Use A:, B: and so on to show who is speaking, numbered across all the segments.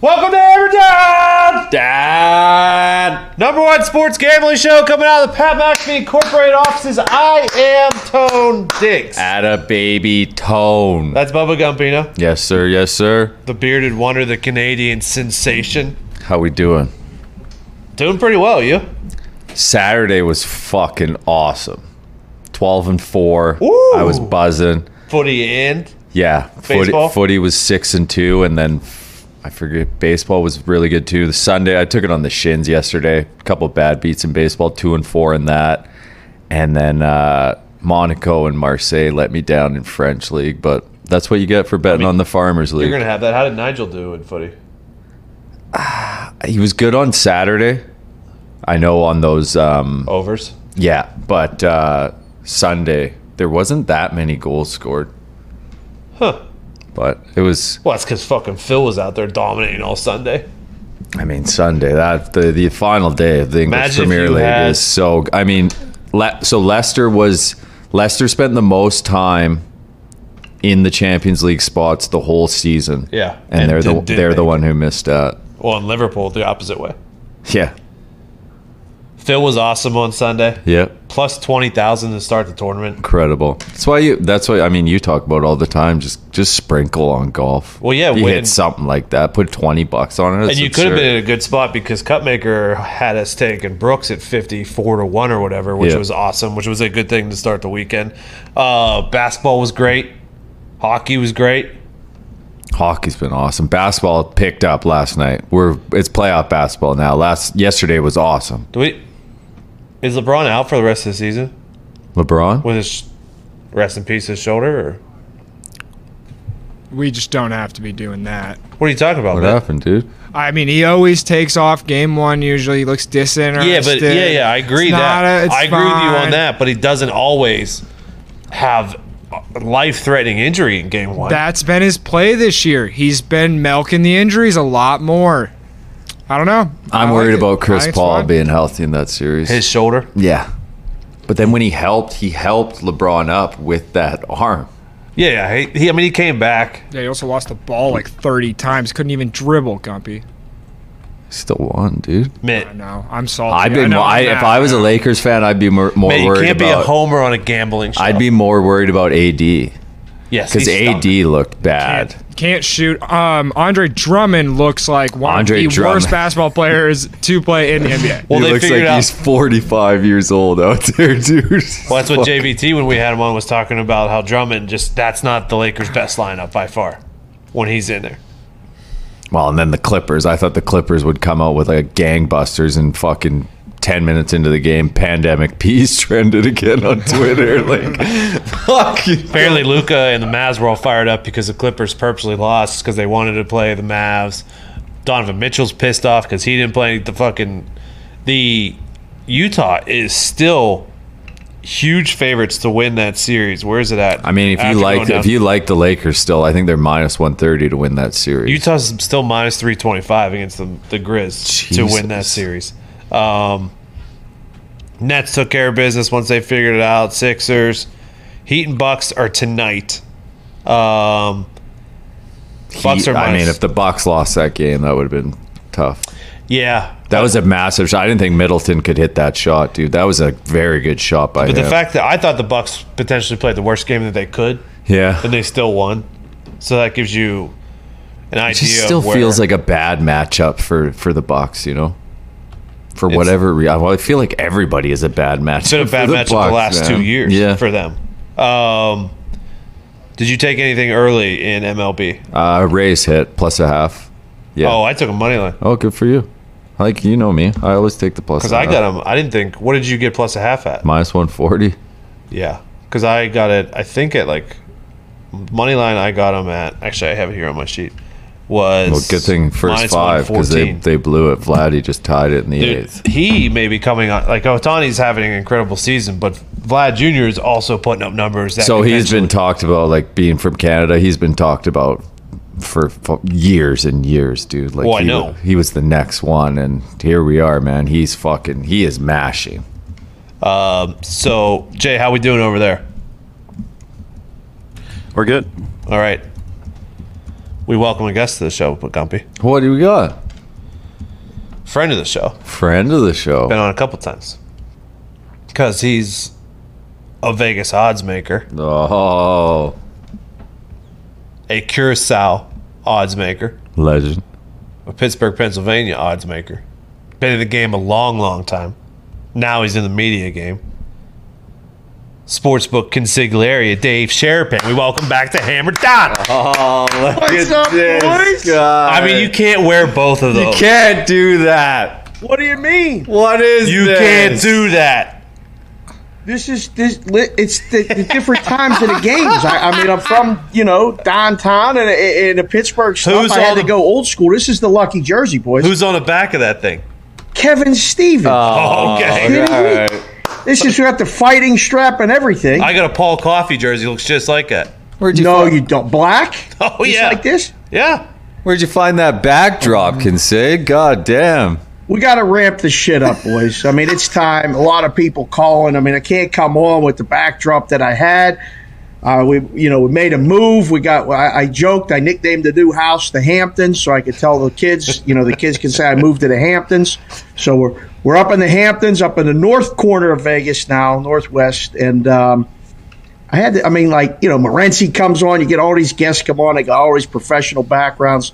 A: Welcome to Everton!
B: Dad!
A: Number one sports gambling show coming out of the Pat McAfee Incorporated offices. I am Tone Diggs.
B: Add a baby tone.
A: That's Bubba Gumpino,
B: Yes, sir. Yes, sir.
A: the bearded wonder, the Canadian sensation.
B: How we doing?
A: Doing pretty well, you?
B: Saturday was fucking awesome. 12 and 4.
A: Ooh.
B: I was buzzing.
A: Footy and
B: Yeah. Footy,
A: Baseball?
B: footy was 6 and 2 and then I forget baseball was really good too. The Sunday I took it on the shins yesterday. A couple bad beats in baseball, 2 and 4 in that. And then uh Monaco and Marseille let me down in French league, but that's what you get for betting on the farmers league.
A: you're gonna have that. How did Nigel do in footy?
B: He was good on Saturday. I know on those, um,
A: Overs.
B: yeah, but uh, Sunday there wasn't that many goals scored,
A: Huh.
B: but it was.
A: Well, that's because fucking Phil was out there dominating all Sunday.
B: I mean, Sunday that the the final day of the English
A: Imagine if
B: Premier
A: you
B: League
A: had-
B: is so. I mean, Le- so Leicester was Leicester spent the most time in the Champions League spots the whole season.
A: Yeah.
B: and,
A: And
B: they're the
A: did- did
B: they're
A: they?
B: the one who missed out.
A: Well, in Liverpool, the opposite way.
B: Yeah,
A: Phil was awesome on Sunday.
B: yeah.
A: Plus 20,000 to start the tournament.
B: Incredible. That's why you. That's why I mean you talk about it all the time. Just just sprinkle on golf.
A: Well, yeah,
B: you
A: when-
B: hit something like that. Put twenty bucks on it.
A: And you could have been in a good spot because Cutmaker had us taking Brooks at 54 to 1 or whatever, which
B: Yeah.
A: was awesome, which was a good thing to start the weekend. Uh, basketball was great. Hockey was great.
B: Hockey's been awesome. Basketball picked up last night. We're it's playoff basketball now. Last yesterday was awesome.
A: Do we, is LeBron out for the rest of the season
B: LeBron.
A: with his sh- rest in peace his shoulder? Or
C: We just don't have to be doing that.
A: what are you talking about,
B: What
A: man?
B: happened, dude?
C: I mean, he always takes off game one. Usually, he looks disinterested.
A: Yeah, but yeah, yeah, I agree
C: It's not
A: that
C: a- it's
A: I agree with you on
C: fine.
A: that, but he doesn't always have life-threatening injury in game one.
C: That's been his play this year. He's been milking the injuries a lot more. I don't know. I
B: I'm
C: like
B: worried
C: it.
B: about
C: I
B: Chris
C: think it's
B: Paul
C: fine.
B: being healthy in that series.
A: his shoulder.
B: yeah, but then when he helped, he helped LeBron up with that arm.
A: Yeah, yeah. He, he, I mean, he came back.
C: Yeah, he also lost the ball like 30 times. Couldn't even dribble, Gumpy.
B: Still won, dude.
A: Mitt,
C: I know. I'm salty.
B: I've been.
C: know,
B: I,
C: I'm
B: if
C: mad.
B: I was a Lakers fan, I'd be more, more
A: Mitt, you
B: worried
A: can't be
B: about.
A: a homer on a gambling show.
B: I'd be more worried about AD.
A: yes,
B: Because
A: he's
B: AD
A: stuck.
B: looked bad.
C: Can't shoot. Um, Andre Drummond looks like one
B: Andre
C: of the
B: Drummond.
C: worst basketball players to play in the NBA.
A: Well,
B: he
A: they
B: looks
A: figured
B: like
A: out.
B: he's 45 years old out there, dude.
A: well, that's what JVT when we had him on was talking about how Drummond just that's not the Lakers' best lineup by far when he's in there.
B: Well, and then the Clippers. I thought the Clippers would come out with like gangbusters and fucking 10 minutes into the game, pandemic peace trended again on Twitter. like, fuck. you.
A: Apparently, Luca and the Mavs were all fired up because the Clippers purposely lost because they wanted to play the Mavs. Donovan Mitchell's pissed off because he didn't play the fucking. The Utah is still huge favorites to win that series. Where is it at?
B: I mean, if
A: After
B: you
A: going
B: like
A: down
B: if you like the Lakers still, I think they're minus 130 to win that series.
A: Utah's still minus three twenty five against the the Grizz to win that
B: Jesus.
A: series. Um, Nets took care of business once they figured it out. Sixers, Heat and Bucks are tonight. Um, Bucks
B: He-
A: are
B: I mean,
A: minus-
B: if the Bucks lost that game, that would have been tough.
A: yeah,
B: That was a massive shot. I didn't think Middleton could hit that shot, dude. That was a very good shot by
A: but
B: him.
A: the fact that I thought the Bucks potentially played the worst game that they could,
B: yeah,
A: and they still won, so that gives you an idea.
B: it just still
A: of where-
B: feels like a bad matchup for for the Bucks, you know. For whatever reason, well, I feel like everybody is a bad matchup.
A: It's been a bad
B: for
A: matchup the
B: Bucks,
A: last
B: man.
A: two years
B: Yeah,
A: for them. Um, did you take anything early in MLB?
B: uh, Rays hit plus a half. Yeah.
A: Oh,
B: Oh,
A: I took a money line
B: good for you. Like you know me, I always take the plus.
A: because I got them. I didn't think. What did you get plus a half at?
B: minus one forty.
A: Yeah, because I got it. I think at like money line. I got them at. Actually, I have it here on my sheet. Was
B: Well, good thing first
A: minus
B: five because they
A: 114.
B: they blew it. Vladdy just tied it in the
A: Dude,
B: eighth.
A: he may be coming on. Like Otani's having an incredible season, but Vlad Jr. is also putting up numbers. That
B: So
A: could
B: he's
A: eventually-
B: been talked about, like being from Canada. He's been talked about for fu- years and years, dude. Like
A: Well, I
B: he,
A: know.
B: wa- he was the next one, and here we are, man. He's fucking. He is mashing.
A: Um, so Jay, how we doing over there?
D: We're good.
A: All right. we welcome a guest to the show, but Gumpy,
B: What do we got?
A: friend of the show,
B: Friend of the show.
A: been on a couple times because he's a Vegas odds maker,
B: Oh,
A: a Curacao odds maker,
B: legend.
A: a Pittsburgh, Pennsylvania odds maker. Been in the game a long, long time. Now he's in the media game. Sportsbook consigliere Dave Sherpin. We welcome back to Hammer Down.
B: Oh, look
C: What's
B: at
C: up,
B: this
C: boys?
B: guy.
A: I mean, you can't wear both of those.
B: can't do that.
D: What do you mean?
B: What is
A: You
B: this?
A: can't do that.
D: This is this. li- It's the, the different times of the games. I, I mean, I'm from you know downtown and in the Pittsburgh stuff.
A: Who's
D: I
A: all
D: had
A: the-
D: to go old school. This is the lucky jersey, boys.
A: Who's on the back of that thing?
D: Kevin Stevens?
B: Oh,
A: Okay.
B: okay. All right.
D: this is got the fighting strap and everything.
A: I got a Paul Coffey jersey. Looks just like that.
B: Where'd you
D: no,
B: fi-
D: you don't. Black.
A: Oh,
D: Just
A: yeah.
D: like this.
A: Yeah.
B: Where'd you find that backdrop, Kinsig? God damn.
D: We got to ramp this shit up, boys. I mean, it's time. A lot of people calling. I mean, I can't come on with the backdrop that I had. Uh, we, you know, we made a move. We got. I, I joked. I nicknamed the new house the Hamptons, so I could tell the kids. You know, the kids can say I moved to the Hamptons. So we're we're up in the Hamptons, up in the north corner of Vegas now, northwest, and. Um, I had to, I mean, like, you know, Morency comes on, you get all these guests come on, they got all these professional backgrounds.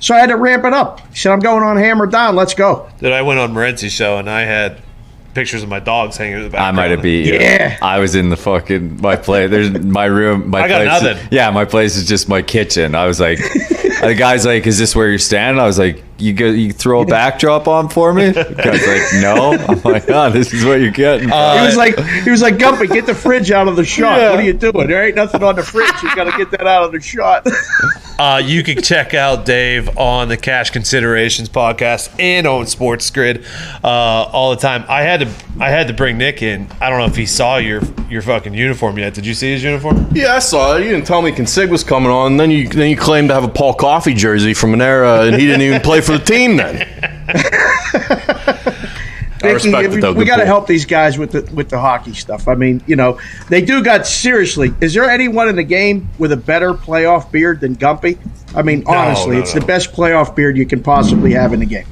D: So I had to ramp it up. He said, I'm going on hammer down, let's go.
A: Dude, I went on Morenzi's show and I had pictures of my dogs hanging in the back.
B: I might have beat you.
D: Yeah.
B: I was in the fucking my place. There's my room. My
A: I got
B: place,
A: nothing.
B: Yeah, my place is just my kitchen. I was like, the guy's like, "Is this where you're standing?" I was like, "You go, you throw a backdrop on for me?" The guy's like, "No." I'm like, "Oh, this is what you're getting."
D: He was like, he was like, Gumpy, get the fridge out of the shot. What are you doing? There ain't nothing on the fridge. You got to get that out of the shot.
A: Uh, you can check out Dave on the Cash Considerations podcast and on Sports Grid uh, all the time. I had to I had to bring Nick in. I don't know if he saw your your fucking uniform yet. Did you see his uniform?
E: Yeah, I saw it. You didn't tell me Consig was coming on. Then you then you claimed to have a Paul Coffey jersey from an era, and he didn't even play for the team then. I
D: Vicky,
E: respect
D: we,
E: it though.
D: we
E: Good
D: got to
E: pull.
D: help these guys with the with the hockey stuff. I mean, you know, they do got seriously. Is there anyone in the game with a better playoff beard than Gumpy? I mean, honestly,
A: no,
D: it's
A: no.
D: the best playoff beard you can possibly have in the game.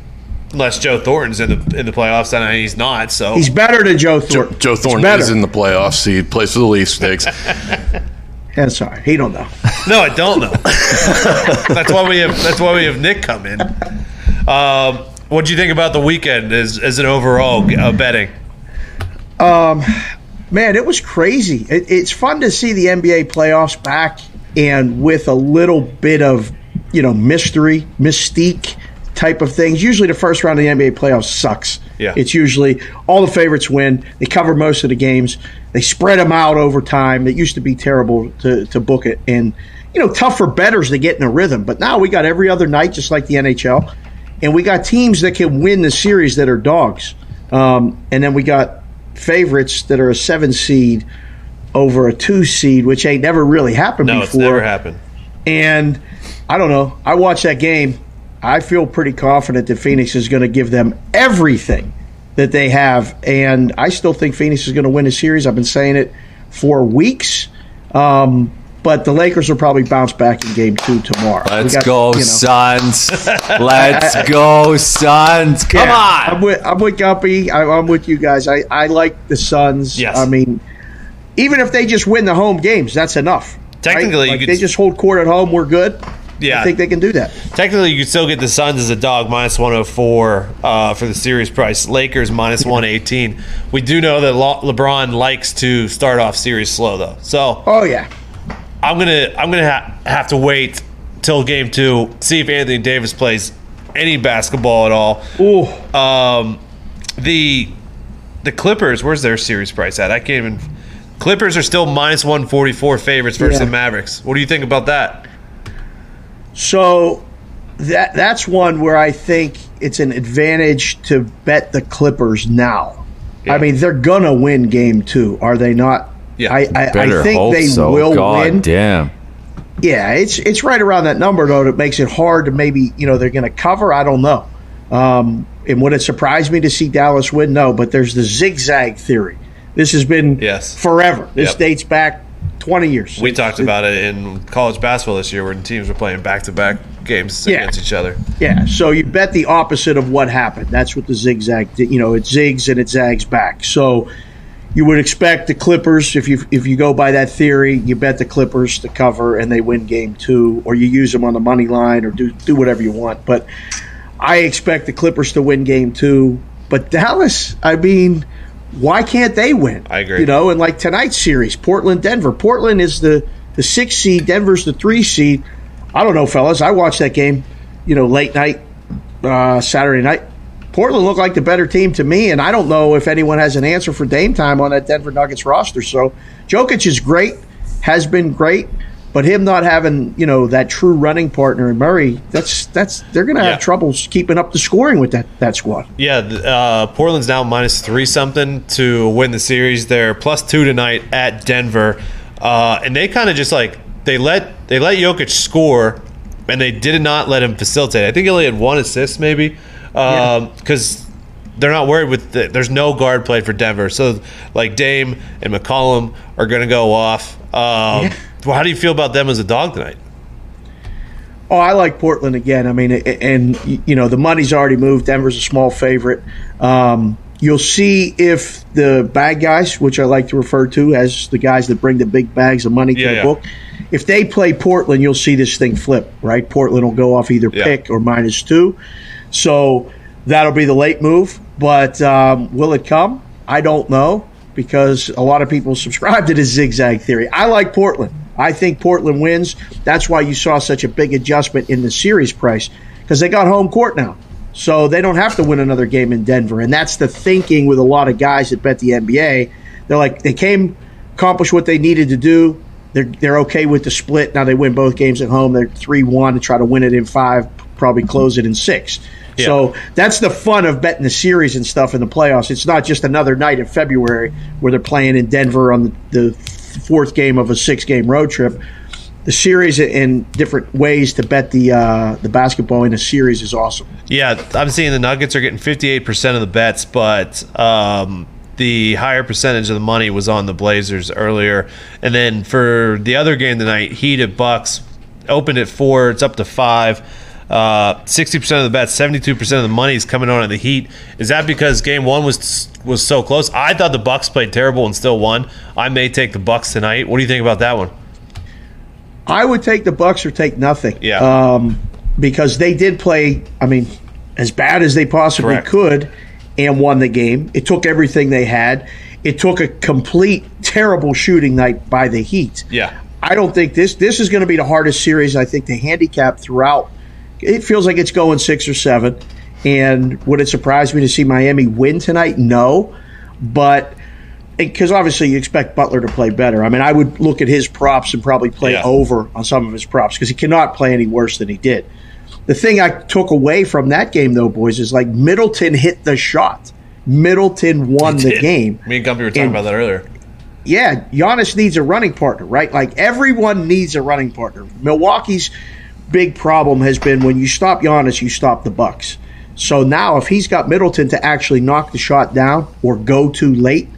A: Unless Joe Thornton's in the in the playoffs and he's not. So
D: He's better than Joe Thornton.
E: Joe Thornton
D: better.
E: is in the playoffs. He plays for the Leafs. Sticks.
D: I'm sorry, he don't know.
A: No, I don't know. that's why we have. That's why we have Nick come in. Um, what do you think about the weekend as, as an overall uh, betting?
D: Man, it was crazy. It, it's fun to see the NBA playoffs back and with a little bit of, you know, mystery, mystique type of things. Usually the first round of the NBA playoffs sucks.
A: Yeah.
D: It's usually all the favorites win. They cover most of the games. They spread them out over time. It used to be terrible to, to book it. And, you know, tough for betters to get in a rhythm. But now we got every other night, just like the NHL. And we got teams that can win the series that are dogs. Um, and then we got favorites that are a seven seed over a two seed, which ain't never really happened
A: No,
D: before.
A: it's never happened.
D: And I don't know. I watched that game. I feel pretty confident that Phoenix is going to give them everything that they have. And I still think Phoenix is going to win the series. I've been saying it for weeks. Um, but the Lakers will probably bounce back in game two tomorrow. We
B: Let's
D: got,
B: go,
D: you know.
B: Suns. Let's go, Suns. Come
D: I'm
B: on.
D: with I'm with Gumpy. I, I'm with you guys. I, I like the Suns.
A: Yes.
D: I mean, even if they just win the home games, that's enough. right?
A: Technically, you
D: Like,
A: could-
D: they just hold court at home. We're good.
A: Yeah.
D: I think they can do that.
A: Technically, you could still get the Suns as a dog minus 104 uh, for the series price. Lakers minus 118. We do know that Lo- LeBron likes to start off series slow though, so
D: Oh yeah.
A: I'm gonna I'm gonna ha- have to wait till game two see if Anthony Davis plays any basketball at all.
D: Ooh.
A: Um, the the Clippers, where's their series price at? I can't even. Clippers are still minus one forty four favorites versus
D: Yeah.
A: the Mavericks. What do you think about that?
D: So that that's one where I think it's an advantage to bet the Clippers now. I mean, they're gonna win game two, are they not?
A: Yeah.
D: I, I, I think they will
B: God
D: win.
B: damn.
D: Yeah, it's it's right around that number though that makes it hard to maybe you know they're going to cover. I don't know. Um, and would it surprise me to see Dallas win? No, but there's the zigzag theory. This has been
A: Yes.
D: forever. This
A: Yep.
D: dates back 20 years.
A: We talked about it in college basketball this year when teams were playing back to back games
D: Yeah.
A: against each other.
D: Yeah, so you bet the opposite of what happened. That's what the zigzag did. You know, it zigs and it zags back. So you would expect the Clippers, if you if you go by that theory, you bet the Clippers to cover and they win game two, or you use them on the money line, or do do whatever you want. But I expect the Clippers to win game two. But Dallas, I mean, why can't they win?
A: I agree.
D: You know, and like tonight's series, Portland Denver. Portland is the the six seed. Denver's the three seed. I don't know, fellas. I watched that game, you know, late night uh, Saturday night. Portland looked like the better team to me, and I don't know if anyone has an answer for Dame time on that Denver Nuggets roster. So Jokic is great, has been great, but him not having you know that true running partner in Murray, that's that's they're going to have
A: Yeah.
D: troubles keeping up the scoring with that that squad.
A: Yeah, th- uh, Portland's now minus three something to win the series. They're plus two tonight at Denver, uh, and they kind of just like they let they let Jokic score, and they did not let him facilitate. I think he only had one assist, maybe, because they're not worried with. The, there's no guard played for Denver, so like Dame and McCollum are going to go off. Um, well, How do you feel about them as a dog tonight?
D: Oh, I like Portland again. I mean, a- a- and y- you know the money's already moved. Denver's a small favorite. Um, you'll see if the bad guys, which I like to refer to as the guys that bring the big bags of money to
A: Yeah,
D: the
A: yeah.
D: book, if they play Portland, you'll see this thing flip. Right, Portland will go off either
A: Yeah.
D: pick or minus two. So that'll be the late move. But um, will it come? I don't know because a lot of people subscribe to the zigzag theory. I like Portland. I think Portland wins. That's why you saw such a big adjustment in the series price because they got home court now. So they don't have to win another game in Denver. And that's the thinking with a lot of guys that bet the NBA. They're like, they came, accomplished what they needed to do. They're, they're okay with the split. Now they win both games at home. They're 3 1 to try to win it in five, probably close it in six. So that's the fun of betting the series and stuff in the playoffs. It's not just another night in February where they're playing in Denver on the, the fourth game of a six game road trip. The series and different ways to bet the uh, the basketball in a series is awesome.
A: Yeah, I'm seeing the Nuggets are getting 58% of the bets, but um, the higher percentage of the money was on the Blazers earlier. And then for the other game tonight, Heat at Bucks opened at four, it's up to five. Uh, 60% of the bets, 72% of the money is coming on at the Heat. Is that because game one was was so close? I thought the Bucks played terrible and still won. I may take the Bucks tonight. What do you think about that one?
D: I would take the Bucks or take nothing.
A: Yeah.
D: Um, because they did play. I mean, as bad as they possibly
A: Correct.
D: could, and won the game. It took everything they had. It took a complete terrible shooting night by the Heat.
A: Yeah.
D: I don't think this this is going to be the hardest series. I think the handicap throughout. It feels like it's going six or seven. And would it surprise me to see Miami win tonight? No, but because obviously you expect Butler to play better. I mean, I would look at his props and probably play
A: Yeah.
D: over on some of his props because he cannot play any worse than he did. The thing I took away from that game, though, boys, is like Middleton hit the shot. Middleton won the game.
A: Me and Gumpy were talking
D: And-
A: about that earlier.
D: Yeah, Giannis needs a running partner, right? Like everyone needs a running partner. Milwaukee's big problem has been when you stop Giannis, you stop the Bucks. So now if he's got Middleton to actually knock the shot down or go too late,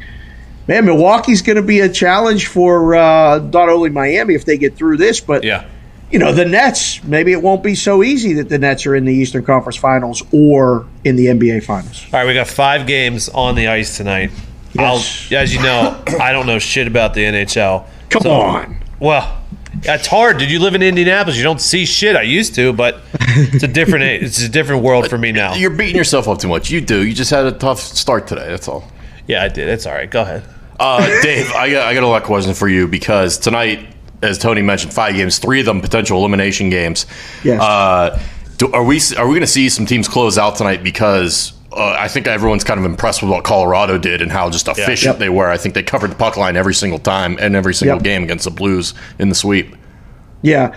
D: man, Milwaukee's going to be a challenge for uh, not only Miami if they get through this, but
A: Yeah.
D: you know the Nets. Maybe it won't be so easy that the Nets are in the Eastern Conference Finals or in the NBA Finals.
A: All right, we got five games on the ice tonight.
D: Yes.
A: I'll, as you know, I don't know shit about the NHL.
D: Come
A: So-
D: on.
A: Well, that's hard. Did you live in Indianapolis? You don't see shit. I used to, but it's a different it's a different world for me now.
E: You're beating yourself up too much. You do. You just had a tough start today. That's all.
A: Yeah, I did. It's all right. Go ahead.
E: Uh, Dave, I got, I got a lot of questions for you because tonight, as Tony mentioned, five games, three of them potential elimination games.
D: Yes.
E: Uh, do, are we are we going to see some teams close out tonight? Because uh, I think everyone's kind of impressed with what Colorado did and how just efficient
D: Yep.
E: they were. I think they covered the puck line every single time and every single
D: Yep.
E: game against the Blues in the sweep.
D: Yeah.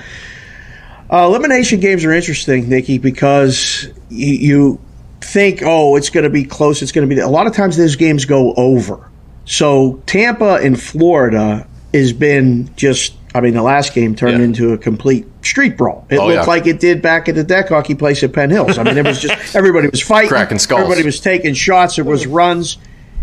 D: Uh, elimination games are interesting, Nikki, because y- you think, oh, it's going to be close. It's going to be. A lot of times those games go over. So Tampa and Florida has been just. I mean, the last game turned
E: Yeah.
D: into a complete street brawl. It
E: Oh,
D: looked
E: yeah.
D: like it did back at the deck hockey place at Penn Hills. I mean, it was just everybody was fighting,
E: Cracking skulls.
D: everybody was taking shots. There was runs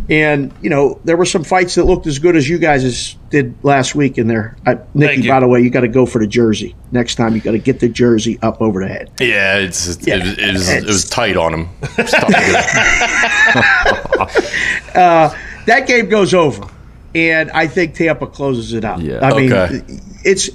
D: And you know there were some fights that looked as good as you guys as did last week in there. I,
A: Thank
D: Nikki,
A: you.
D: by the way, you got to go for the jersey next time. You got to get the jersey up over the head.
E: Yeah, it's,
D: Yeah,
E: It, was- it was, it
D: it's-
E: was tight on him. It's tough to get-
D: that game goes over, and I think Tampa closes it out.
B: Yeah.
D: I mean,
E: Okay.
D: it's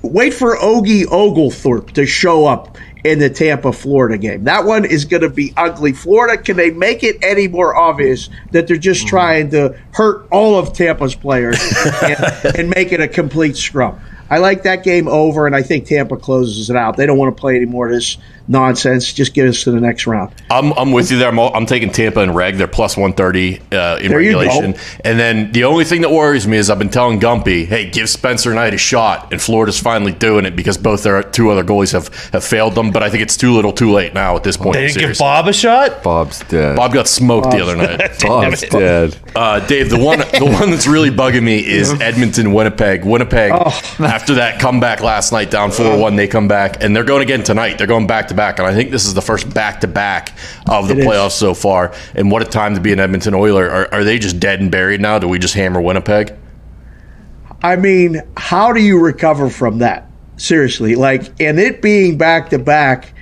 D: wait for Ogie Oglethorpe to show up in the Tampa Florida game. That one is going to be ugly. Florida, can they make it any more obvious that they're just trying to hurt all of Tampa's players and, and make it a complete scrum? I like that game over, and I think Tampa closes it out. They don't want to play any more of this nonsense. Just get us to the next round.
E: I'm, I'm with you there. I'm, all, I'm taking Tampa and Reg. They're plus 130 uh, in
D: There you go.
E: regulation. And then the only thing that worries me is I've been telling Gumpy, hey, give Spencer Knight a shot. And Florida's finally doing it because both their two other goalies have, have failed them. But I think it's too little too late now at this point.
A: They
E: in the
A: didn't give
E: series.
A: Bob a shot.
B: Bob's dead.
E: Bob got smoked the other night.
B: Bob's dead.
E: Uh, Dave, the one the one that's really bugging me is Edmonton, Winnipeg. Winnipeg, after that comeback last night, down 4 1, they come back, and they're going again tonight. They're going back to back, and I think this is the first back to back of the
D: is.
E: playoffs so far. And what a time to be an Edmonton Oiler. Are, are they just dead and buried now? Do we just hammer Winnipeg?
D: I mean, how do you recover from that? Seriously, like, and it being back to back,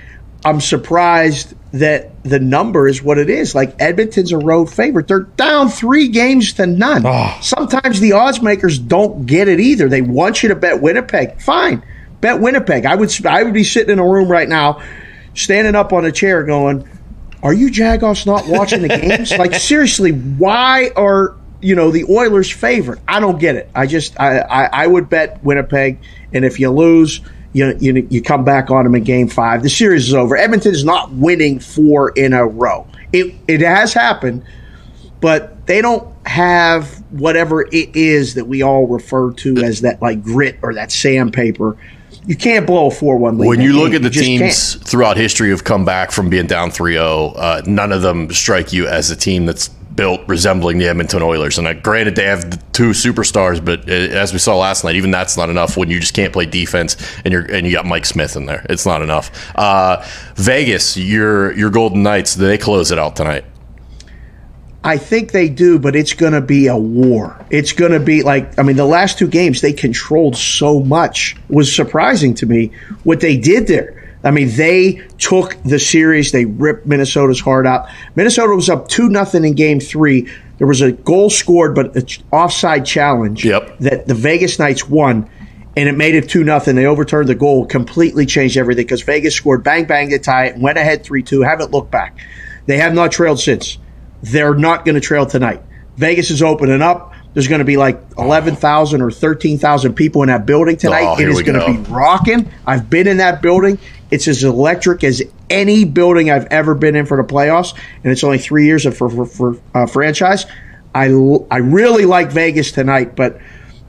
D: I'm surprised that the number is what it is. Like, Edmonton's a road favorite. They're down three games to none. Sometimes the odds makers don't get it either. They want you to bet Winnipeg. Fine, bet Winnipeg. I would, I would be sitting in a room right now, standing up on a chair, going, are you Jagoffs not watching the games? like seriously, why are you know the Oilers favorite? I don't get it. I just I, I, I would bet Winnipeg, and if you lose, you, you you come back on them in Game Five. The series is over. Edmonton is not winning four in a row. It it has happened, but they don't have whatever it is that we all refer to as that like grit or that sandpaper. You can't blow a four-one lead.
E: When
D: in a
E: you
D: game.
E: look at the
D: just can't.
E: teams throughout history who've come back from being down 3 0, uh, none of them strike you as a team that's built resembling the Edmonton Oilers. And uh, granted, they have the two superstars, but uh, as we saw last night, even that's not enough when you just can't play defense and you're and you got Mike Smith in there. It's not enough. Uh, Vegas, your your Golden Knights, they close it out tonight.
D: I think they do, but it's going to be a war. It's going to be like, I mean, the last two games they controlled so much It was surprising to me what they did there. I mean, they took the series. They ripped Minnesota's heart out. Minnesota was up two nothing in game three. There was a goal scored, but an offside challenge
E: Yep.
D: that the Vegas Knights won, and it made it two nothing. They overturned the goal, completely changed everything because Vegas scored bang bang to tie it, and went ahead three two. Haven't looked back. They have not trailed since they're not going to trail tonight. Vegas is opening up. There's going to be like 11,000 or 13,000 people in that building
E: Oh,
D: tonight. it
E: here
D: is
E: we
D: going to
E: go.
D: be rocking. I've been in that building. It's as electric as any building I've ever been in for the playoffs, and it's only three years of for, for, for uh, franchise. I, l- I really like Vegas tonight, but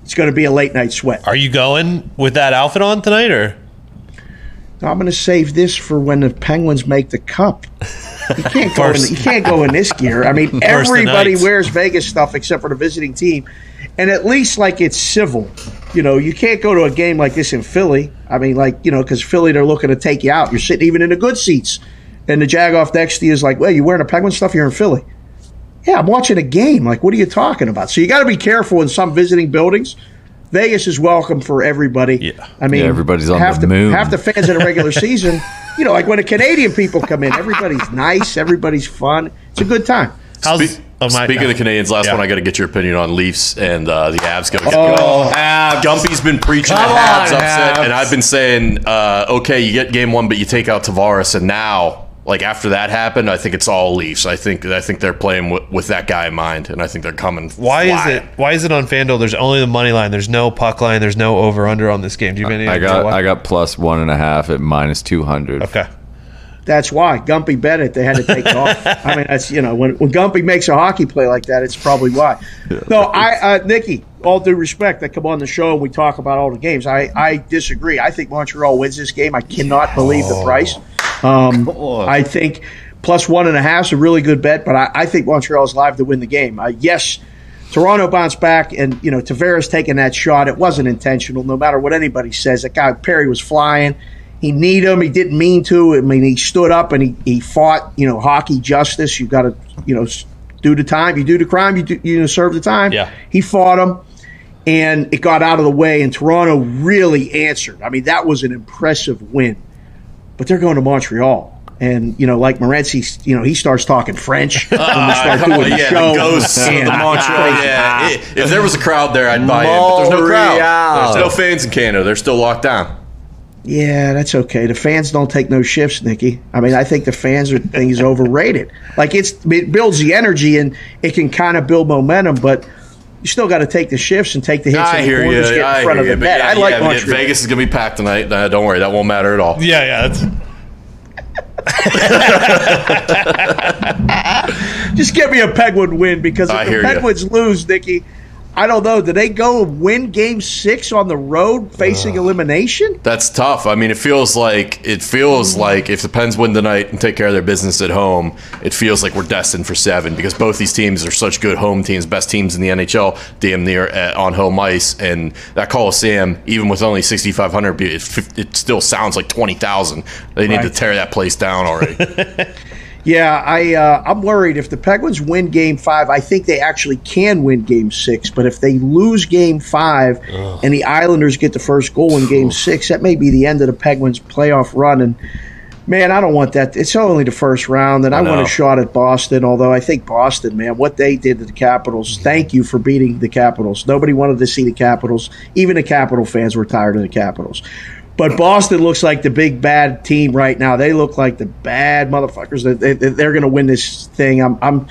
D: it's going to be a late night sweat.
A: Are you going with that outfit on tonight, or
D: I'm going to save this for when the Penguins make the cup. You can't go. In,
A: First.
D: you can't go in this gear. I mean, everybody
A: Knights.
D: wears Vegas stuff except for the visiting team, and at least like it's civil. You know, you can't go to a game like this in Philly. I mean, like you know, because Philly they're looking to take you out. You're sitting even in the good seats, and the jagoff next to you is like, "Well, you wearing a Penguin stuff? You're in Philly." Yeah, I'm watching a game. Like, what are you talking about? So you got to be careful in some visiting buildings. Vegas is welcome for everybody.
A: Yeah.
D: I mean,
B: Yeah, everybody's on
D: half
B: the moon.
D: Half the fans in a regular season, you know, like when the Canadian people come in, everybody's nice, everybody's fun. It's a good time.
A: how's
E: Spe-
A: oh, my-
E: Speaking of the Canadians, last
A: Yeah.
E: one I got to get your opinion on Leafs and uh, the Avs. Go. Gumpy's been preaching the
B: Come
E: Habs
B: on,
E: upset,
B: Habs.
E: and I've been saying, uh, okay, you get game one, but you take out Tavares, and now, like after that happened, I think it's all Leafs. I think I think they're playing with, with that guy in mind, and I think they're coming.
A: why is
E: flying.
A: it why is it on Fanduel? There's only the money line. There's no puck line. There's no over under on this game. Do you have any?
B: I
A: idea
B: got
A: why?
B: I got plus one and a half at minus two hundred.
A: okay.
D: That's why Gumpy Bennett they had to take it off. I mean, that's you know when, when Gumpy makes a hockey play like that, it's probably why. No, I uh, Nikki, all due respect, I come on the show and we talk about all the games. I, I disagree. I think Montreal wins this game. I cannot believe the price. Um, I think plus one and a half is a really good bet, but I, I think Montreal is live to win the game. Uh, yes, Toronto bounced back, and you know Tavares taking that shot. It wasn't intentional, no matter what anybody says. That guy Perry was flying. He need him. He didn't mean to. I mean, he stood up and he, he fought. You know, hockey justice. You got to you know s- do the time. You do the crime. You do, you know, serve the time.
A: Yeah.
D: He fought him, and it got out of the way. And Toronto really answered. I mean, that was an impressive win. But they're going to Montreal. And you know, like Morenzi, you know, he starts talking French when we start
E: Come on,
D: doing the
E: yeah,
D: show.
E: the ghosts of the
D: And-
E: Montreal. Yeah, I- if there was a crowd there, I'd buy it. But there's no crowd. There's no fans in Canada. They're still locked down.
D: Yeah, that's okay. The fans don't take no shifts, Nikki. I mean, I think the fans are things overrated. Like it's it builds the energy and it can kind of build momentum, but you still got to take the shifts and take the hits. and
E: I
D: the
E: hear you.
D: corners, Get in
E: I
D: front
E: hear
D: of
E: you.
D: the
E: But
D: net.
E: yeah,
D: I like
E: yeah,
D: Montreal.
E: Vegas is gonna be packed tonight. Nah, don't worry, that won't matter at all.
A: Yeah, yeah. That's,
D: Just give me a Penguin win because if
E: I
D: the
E: hear ya.
D: Penguins lose, Nikki, I don't know. Do they go win Game Six on the road facing elimination?
E: That's tough. I mean, it feels like it feels like if the Pens win tonight and take care of their business at home, it feels like we're destined for seven because both these teams are such good home teams, best teams in the NHL, damn near at, on home ice, and that Coliseum, even with only sixty five hundred, it, fif- it still sounds like twenty thousand. They need to
D: Right.
E: tear that place down already.
D: Yeah, I uh, I'm worried if the Penguins win Game Five. I think they actually can win Game Six, but if they lose Game Five and the Islanders get the first goal in Game Six, that may be the end of the Penguins' playoff run. And man, I don't want that. It's only the first round, and I, want
E: know.
D: a shot at Boston. Although I think Boston, man, what they did to the Capitals. Thank you for beating the Capitals. Nobody wanted to see the Capitals. Even the Capital fans were tired of the Capitals. But Boston looks like the big bad team right now. They look like the bad motherfuckers. They, they, are going to win this thing. I'm, I'm,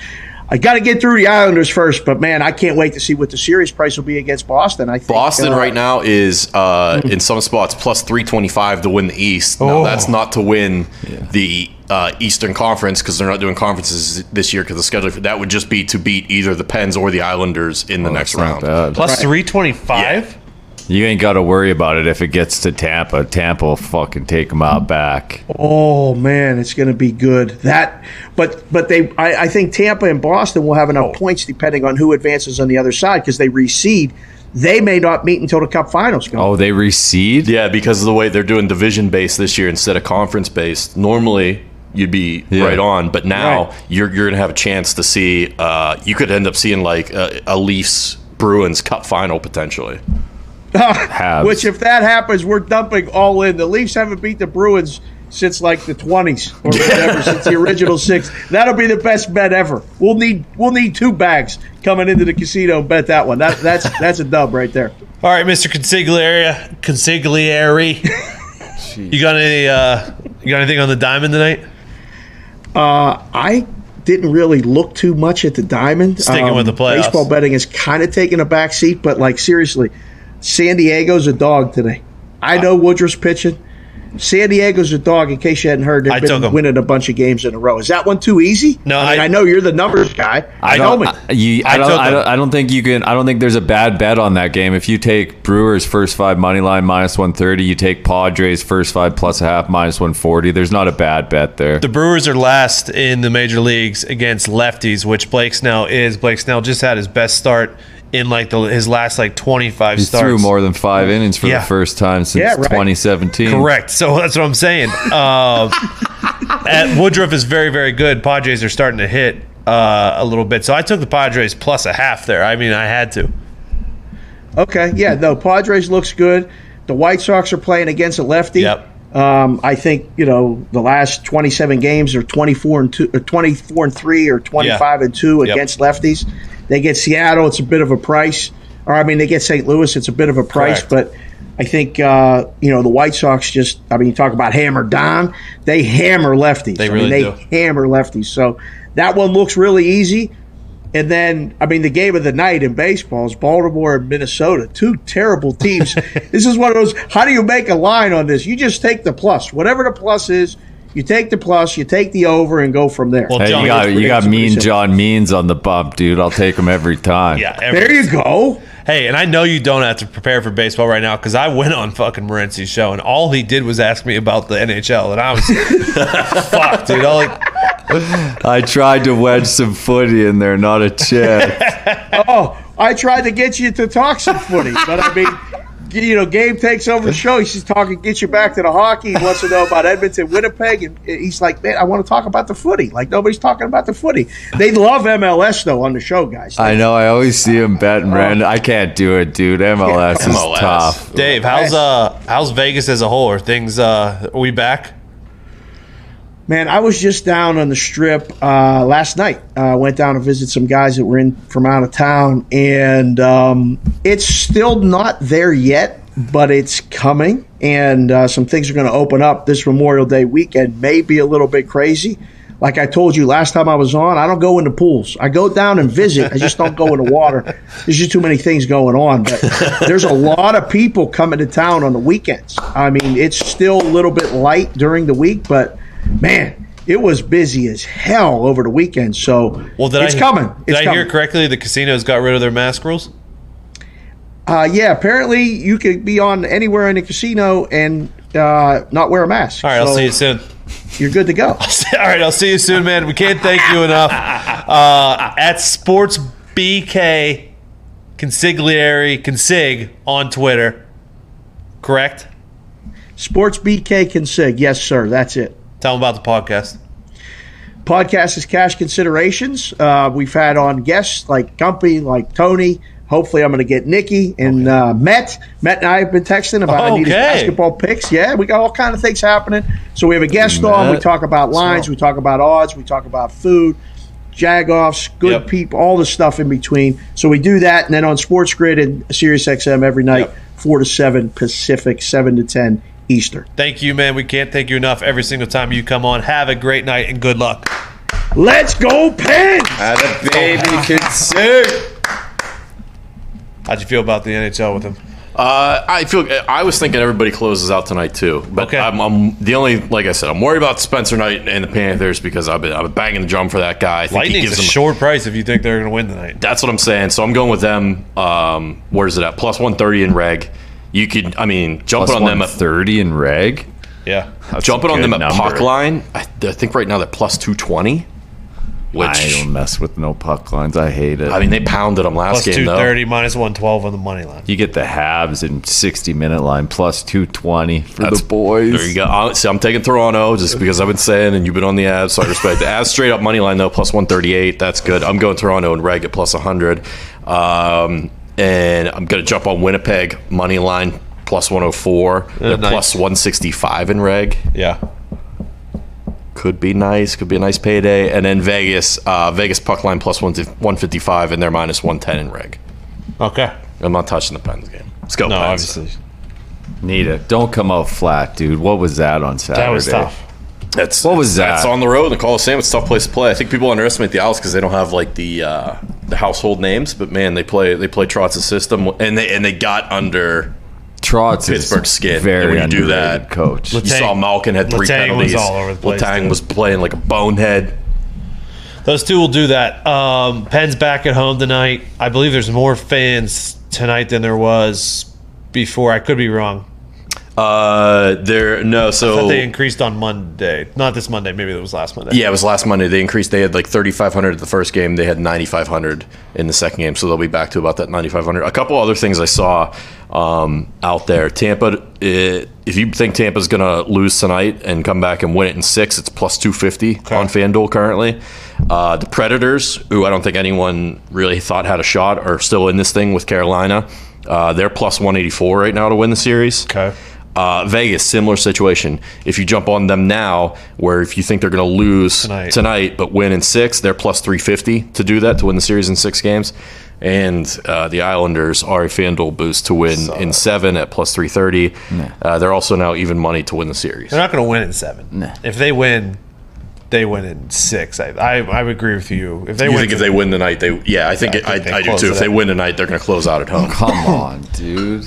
D: I got to get through the Islanders first. But man, I can't wait to see what the series price will be against Boston. I think,
E: Boston
D: uh,
E: right now is uh, in some spots plus 325 to win the East.
B: Oh.
E: Now, that's not to win the uh, Eastern Conference because they're not doing conferences this year because the schedule that would just be to beat either the Pens or the Islanders in the next
B: Oh, It's not
E: round.
B: bad.
A: plus three twenty five.
B: You ain't got to worry about it if it gets to Tampa. Tampa will fucking take them out back.
D: Oh man, it's going to be good. That, but but they, I, I think Tampa and Boston will have enough points depending on who advances on the other side because they reseed. They may not meet until the Cup Finals. Go.
B: Oh, they reseed?
E: Yeah, because of the way they're doing division based this year instead of conference based. Normally, you'd be
B: Yeah.
E: right on, but now
D: Right.
E: you're you're gonna have a chance to see. Uh, you could end up seeing like a, a Leafs Bruins Cup final potentially.
B: Habs.
D: Which, if that happens, we're dumping all in. The Leafs haven't beat the Bruins since like the twenties or whatever, since the original six. That'll be the best bet ever. We'll need we'll need two bags coming into the casino. and Bet that one. That that's that's a dub right there.
A: All right, Mister Consigliere, Consigliere. you got any? Uh, you got anything on the diamond tonight?
D: I didn't really look too much at the diamond. Um,
A: Sticking with the playoffs.
D: Baseball betting is kind of taking a back seat, but like seriously, San Diego's a dog today. I know Woodruff's pitching. San Diego's a dog. In case you hadn't heard, they've
A: I took
D: been
A: 'em.
D: winning a bunch of games in a row. Is that one too easy?
A: No,
D: I, mean,
A: I-
D: I know you're the numbers guy. I know me.
B: I, you, I,
A: I
B: don't,
A: took
B: I, don't,
A: them.
B: I don't think you can. I don't think there's a bad bet on that game. If you take Brewers first five money line minus one thirty, you take Padres first five plus a half minus one forty. There's not a bad bet there.
A: The Brewers are last in the major leagues against lefties, which Blake Snell is. Blake Snell just had his best start in like the, his last like twenty five
B: he
A: starts.
B: threw more than five innings for
A: Yeah.
B: the first time since
D: Yeah, right.
B: 2017.
A: Correct. So that's what I'm saying. Um, at Woodruff is very, very good. Padres are starting to hit uh, a little bit. So I took the Padres plus a half there. I mean, I had to.
D: Okay, yeah, no, Padres looks good. The White Sox are playing against a lefty.
A: Yep.
D: Um, I think you know the last 27 games are 24 and two, or 24 and three, or 25 and two
A: Yep.
D: against lefties. They get Seattle; it's a bit of a price. Or I mean, they get St. Louis; it's a bit of a price.
A: Correct.
D: But I think uh, you know the White Sox just. I mean, you talk about hammer down; they hammer lefties. They
A: really
D: I
A: do.
D: mean, they hammer lefties. So that one looks really easy. And then, I mean, the game of the night in baseball is Baltimore and Minnesota. Two terrible teams. this is one of those. How do you make a line on this? You just take the plus, whatever the plus is. You take the plus, you take the over, and go from there.
A: Well,
B: Hey,
A: John,
B: you got you got
D: pretty
B: Mean
D: simple.
B: John Means on the bump, dude. I'll take him every time.
A: Yeah.
D: there
A: every-
D: you go.
A: Hey, and I know you don't have to prepare for baseball right now because I went on fucking Morency's show and all he did was ask me about the NHL and I was fuck, dude. All he,
B: I tried to wedge some footy in there, not a chance.
D: Oh, I tried to get you to talk some footy, but I mean, you know, Gabe takes over the show. He's just talking, get you back to the hockey. He wants to know about Edmonton, Winnipeg. And he's like, man, I want to talk about the footy. Like, nobody's talking about the footy. They love MLS, though, on the show, guys.
B: I know. I always see him betting random. I can't do it, dude. MLS is
E: MLS.
B: tough.
A: Dave, how's uh how's Vegas as a whole? Are things uh are we back?
D: Man, I was just down on the strip uh, last night. I went down to visit some guys that were in from out of town, and um, it's still not there yet, but it's coming. And uh, some things are going to open up this Memorial Day weekend. May be a little bit crazy. Like I told you last time I was on, I don't go into pools. I go down and visit. I just don't go in the water. There's just too many things going on. But there's a lot of people coming to town on the weekends. I mean, it's still a little bit light during the week, but man, it was busy as hell over the weekend. So
A: Well, did
D: it's
A: I,
D: coming.
A: Did
D: It's
A: I
D: coming.
A: hear correctly? The casinos got rid of their mask rules.
D: Uh, yeah, apparently you could be on anywhere in a casino and uh, not wear a mask.
A: All right, I'll
D: So
A: see you soon.
D: You're good to go.
A: All right, I'll see you soon, man. We can't thank you enough. Uh, at Sports BK Consigliere Consig on Twitter, correct?
D: Sports BK Consig. Yes, sir. That's it.
A: Tell them about the podcast.
D: podcast is cash considerations. Uh, we've had on guests like Gumpy, like Tony. Hopefully, I'm going to get Nikki and uh, Met. Met and I have been texting about I need his
A: Oh, Okay.
D: basketball picks. Yeah, we got all kind of things happening. So we have a guest on. We
B: Met.
D: talk about lines. We talk about odds. We talk about food, jagoffs, good
A: Yep.
D: people, all the stuff in between. So we do that, and then on Sports Grid and SiriusXM every night, four to seven Pacific, seven to ten Eastern.
A: Thank you, man. We can't thank you enough every single time you come on. Have a great night and good luck.
D: Let's go, Pens!
B: Had a baby could sing.
A: How'd you feel about the NHL with him?
E: Uh, I feel I was thinking everybody closes out tonight too, but
A: Okay.
E: I'm, I'm the only like I said I'm worried about Spencer Knight and the Panthers because I've been I've been banging the drum for that guy. I think he
A: Lightning's
E: gives
A: a
E: them-
A: short price if you think they're going to win tonight.
E: That's what I'm saying. So I'm going with them. Um, where is it at? Plus 130 in reg. You could I mean jumping
B: Plus
E: on them at
B: thirty in reg.
A: Yeah.
E: jumping on
B: good
E: them at puck
B: number.
E: line. I, I think right now they're plus 220. Which
B: I
E: I,
B: don't mess with no puck lines. I hate it.
E: mean they pounded them last
A: Plus
E: game though.
A: 230, minus 112 on the money line.
B: you get the Habs in sixty minute line plus two twenty for the boys.
E: There you go. I'll- See, I'm taking Toronto just because I've been saying, and you've been on the abs, so I respect the abs. Straight up money line though, plus 138. That's good. I'm going Toronto and reg at plus 100, um, and I'm gonna jump on Winnipeg money line plus 104. They're
A: Oh, nice.
E: plus 165 in reg.
A: Yeah.
E: Could be nice. Could be a nice payday. And then Vegas, uh, Vegas puck line plus 155, and they're minus 110 in reg.
A: Okay.
E: I'm not touching the Pens game. Let's go.
A: No,
E: Pens.
A: obviously.
B: Need it. Don't come out flat, dude. What was that on Saturday?
A: That was tough.
E: That's
B: What was
E: that's
A: Uh,
B: that?
E: on the road. The Coliseum. It's a tough place to play. I think people underestimate the Owls because they don't have like the uh, the household names. But man, they play they play Trotz's system, and they and they got under.
B: Trotz is
E: Pittsburgh skid.
B: Very
E: When you do
B: underrated
E: that-
B: coach.
E: You
A: Letang-
E: saw Malkin had three
A: Letang was
E: penalties.
A: all over the place,
E: Letang
A: too.
E: was playing like a bonehead.
A: Those two will do that. Um, Penn's back at home tonight. I believe there's more fans tonight than there was before. I could be wrong.
E: Uh, there no so
A: They increased on Monday. Not this Monday. Maybe it was last Monday.
E: Oh. yeah, it was last Monday. They increased. They had like 3,500 at the first game. They had 9,500 in the second game. So they'll be back to about that 9,500. A couple other things I saw um, out there. Tampa, uh if you think Tampa's going to lose tonight and come back and win it in six, it's plus 250 on FanDuel currently. Uh, the Predators, who I don't think anyone really thought had a shot, are still in this thing with Carolina. Uh, they're plus 184 right now to win the series.
A: Okay.
E: Uh, Vegas, similar situation. If you jump on them now, where if you think they're going to lose
A: Tonight.
E: tonight. but win in six, they're plus 350 to do that, to win the series in six games. And uh, the Islanders are a FanDuel boost to win in seven at plus 330. Uh, they're also now even money to win the series.
A: They're not going to win in seven. If they win, they win in six. I I, I agree with you. If they
E: You
A: win,
E: think if they win tonight, they yeah, I think, it,
A: I think they
E: I, I do
A: close
E: too.
A: it
E: If they
A: out.
E: win tonight, they're going to close out at home.
B: Come on, dude.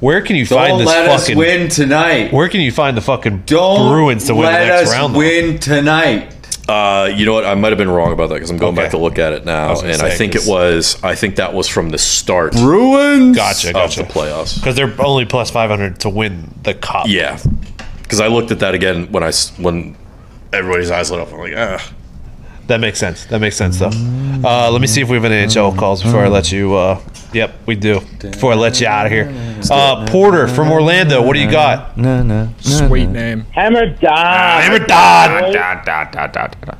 A: where can you find
B: Don't
A: this
B: let us
A: fucking?
B: win tonight.
A: Where can you find the fucking
B: Don't
A: Bruins to win the
B: let
A: next
B: us
A: round? though?
B: win tonight.
E: Uh, you know what? I might have been wrong about that because I'm going
A: Okay.
E: back to look at it now,
A: was gonna
E: and I
A: say,
E: think it
A: 'cause-
E: was. I think that was from the start
B: Bruins.
A: Gotcha,
E: of
A: gotcha.
E: the playoffs.
A: Because they're only plus five hundred to win the cup.
E: Yeah, because I looked at that again when I s- when everybody's eyes lit up. I'm like, ah,
A: That makes sense. That makes sense, though. Uh, let me see if we have any NHL calls before I let you. Uh, yep, we do. Before I let you out of here, uh, Porter from Orlando. What do you got?
B: No, no.
C: Sweet name.
F: Hammer Dodd.
A: Hammer Dodd.
B: Dot, dot, dot, dot, dot.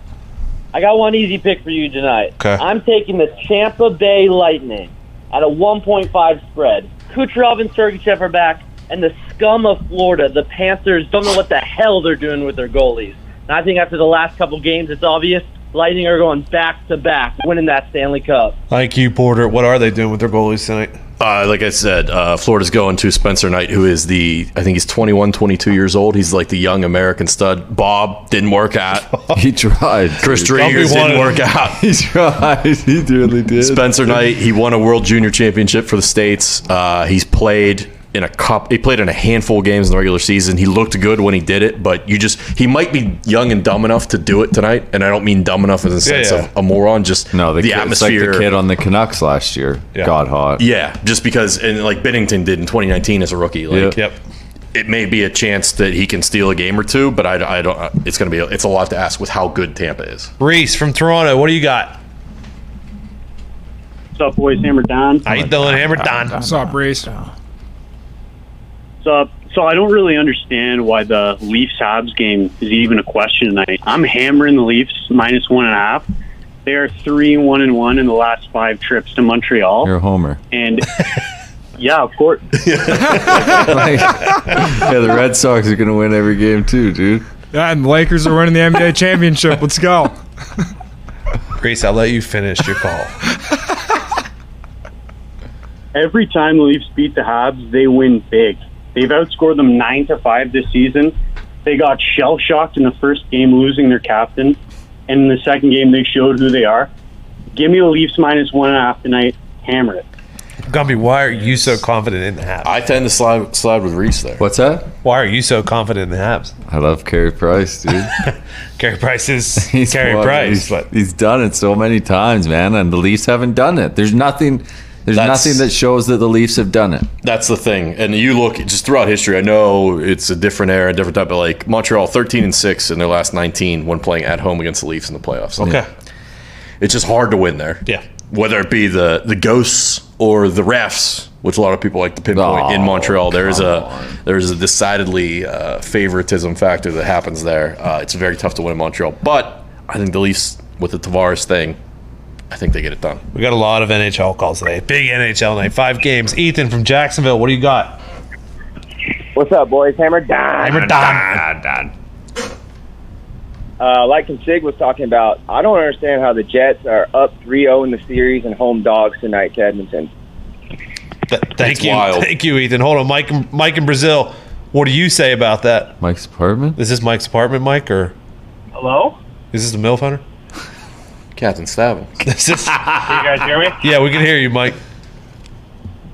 F: I got one easy pick for you tonight.
A: 'Kay.
F: I'm taking the Tampa Bay Lightning at a 1.5 spread. Kucherov and Sergachev are back, and the scum of Florida, the Panthers, don't know what the hell they're doing with their goalies. And I think after the last couple games, it's obvious Lightning are going back to back, winning that Stanley Cup.
A: Thank you, Porter. What are they doing with their goalies tonight?
E: Uh, like I said, uh, Florida's going to Spencer Knight, who is the, I think he's 21, 22 years old. He's like the young American stud. Bob didn't work out.
B: He tried.
E: Chris
B: dude.
E: Driegers
A: wanted
E: didn't work out.
B: He tried. He really did.
E: Spencer Knight, he won a World Junior Championship for the States. Uh, he's played in a cup. He played in a handful of games in the regular season. He looked good when he did it, but you just, he might be young and dumb enough to do it tonight. And I don't mean dumb enough in the sense
A: yeah.
E: of a moron, just
B: No, the,
E: the
B: kid,
E: atmosphere.
B: It's like the kid on the Canucks last year
A: Yeah.
B: got hot.
E: Yeah, just because, and like Bennington did in 2019 as a rookie. Like,
B: Yeah.
A: Yep.
E: it may be a chance that he can steal a game or two, but I, I don't. It's going to be. It's a lot to ask with how good Tampa is.
A: Reese from Toronto. What do you
E: Oh
A: got?
G: What's up, boys? Hammer Don.
A: How you doing, Hammer Don?
C: What's up, Reese?
G: What's up? So I don't really understand why the Leafs Habs game is even a question tonight. I'm hammering the Leafs minus one and a half. They are three one and one in the last five trips to Montreal,
B: You're a homer.
G: and yeah, of course.
B: Like, yeah, the Red Sox are going to win every game too, dude.
C: And the Lakers are winning the NBA championship. Let's go.
A: Reese, I'll let you finish your call.
G: every time the Leafs beat the Habs, they win big. They've outscored them nine to five this season. They got shell shocked in the first game, losing their captain, and in the second game, they showed who they are. Give me the Leafs minus one and a half tonight. Hammer it.
A: Gumby, why are you so confident in the Habs?
E: I tend to slide slide with Reese there.
B: What's that?
A: Why are you so confident in the Habs?
B: I love Carey Price, dude.
A: Carey Price is Carey
B: won-
A: Price,
B: He's,
A: but
B: he's done it so many times, man, and the Leafs haven't done it. There's nothing. There's
E: That's-
B: nothing that shows that the Leafs have done it.
E: That's the thing. And you look just throughout history. I know it's a different era, a different type of like Montreal, thirteen and six in their last nineteen when playing at home against the Leafs in the playoffs.
A: okay.
E: It's just hard to win there.
A: Yeah.
E: Whether it be the the ghosts or the refs, which a lot of people like to pinpoint
B: Oh,
E: in Montreal, there is a there is a decidedly uh, favoritism factor that happens there. Uh, it's very tough to win in Montreal, but I think the Leafs with the Tavares thing, I think they get it done.
A: We got a lot of NHL calls today. Big NHL night. Five games. Ethan from Jacksonville. What do you got?
F: What's up, boys? Hammer Dodd.
A: Hammer Don.
F: Uh, like Consig was talking about, I don't understand how the Jets are up 3-0 in the series and home dogs tonight to Edmonton.
A: Th- thank
E: It's
A: you.
E: wild.
A: Thank you, Ethan. Hold on, Mike. Mike in Brazil. What do you say about that?
B: Mike's apartment.
A: Is this Mike's apartment, Mike, or
G: Hello?
A: is this the milf hunter?
E: Captain Stavin.
A: This is-
G: You guys hear me?
A: yeah, we can hear you, Mike.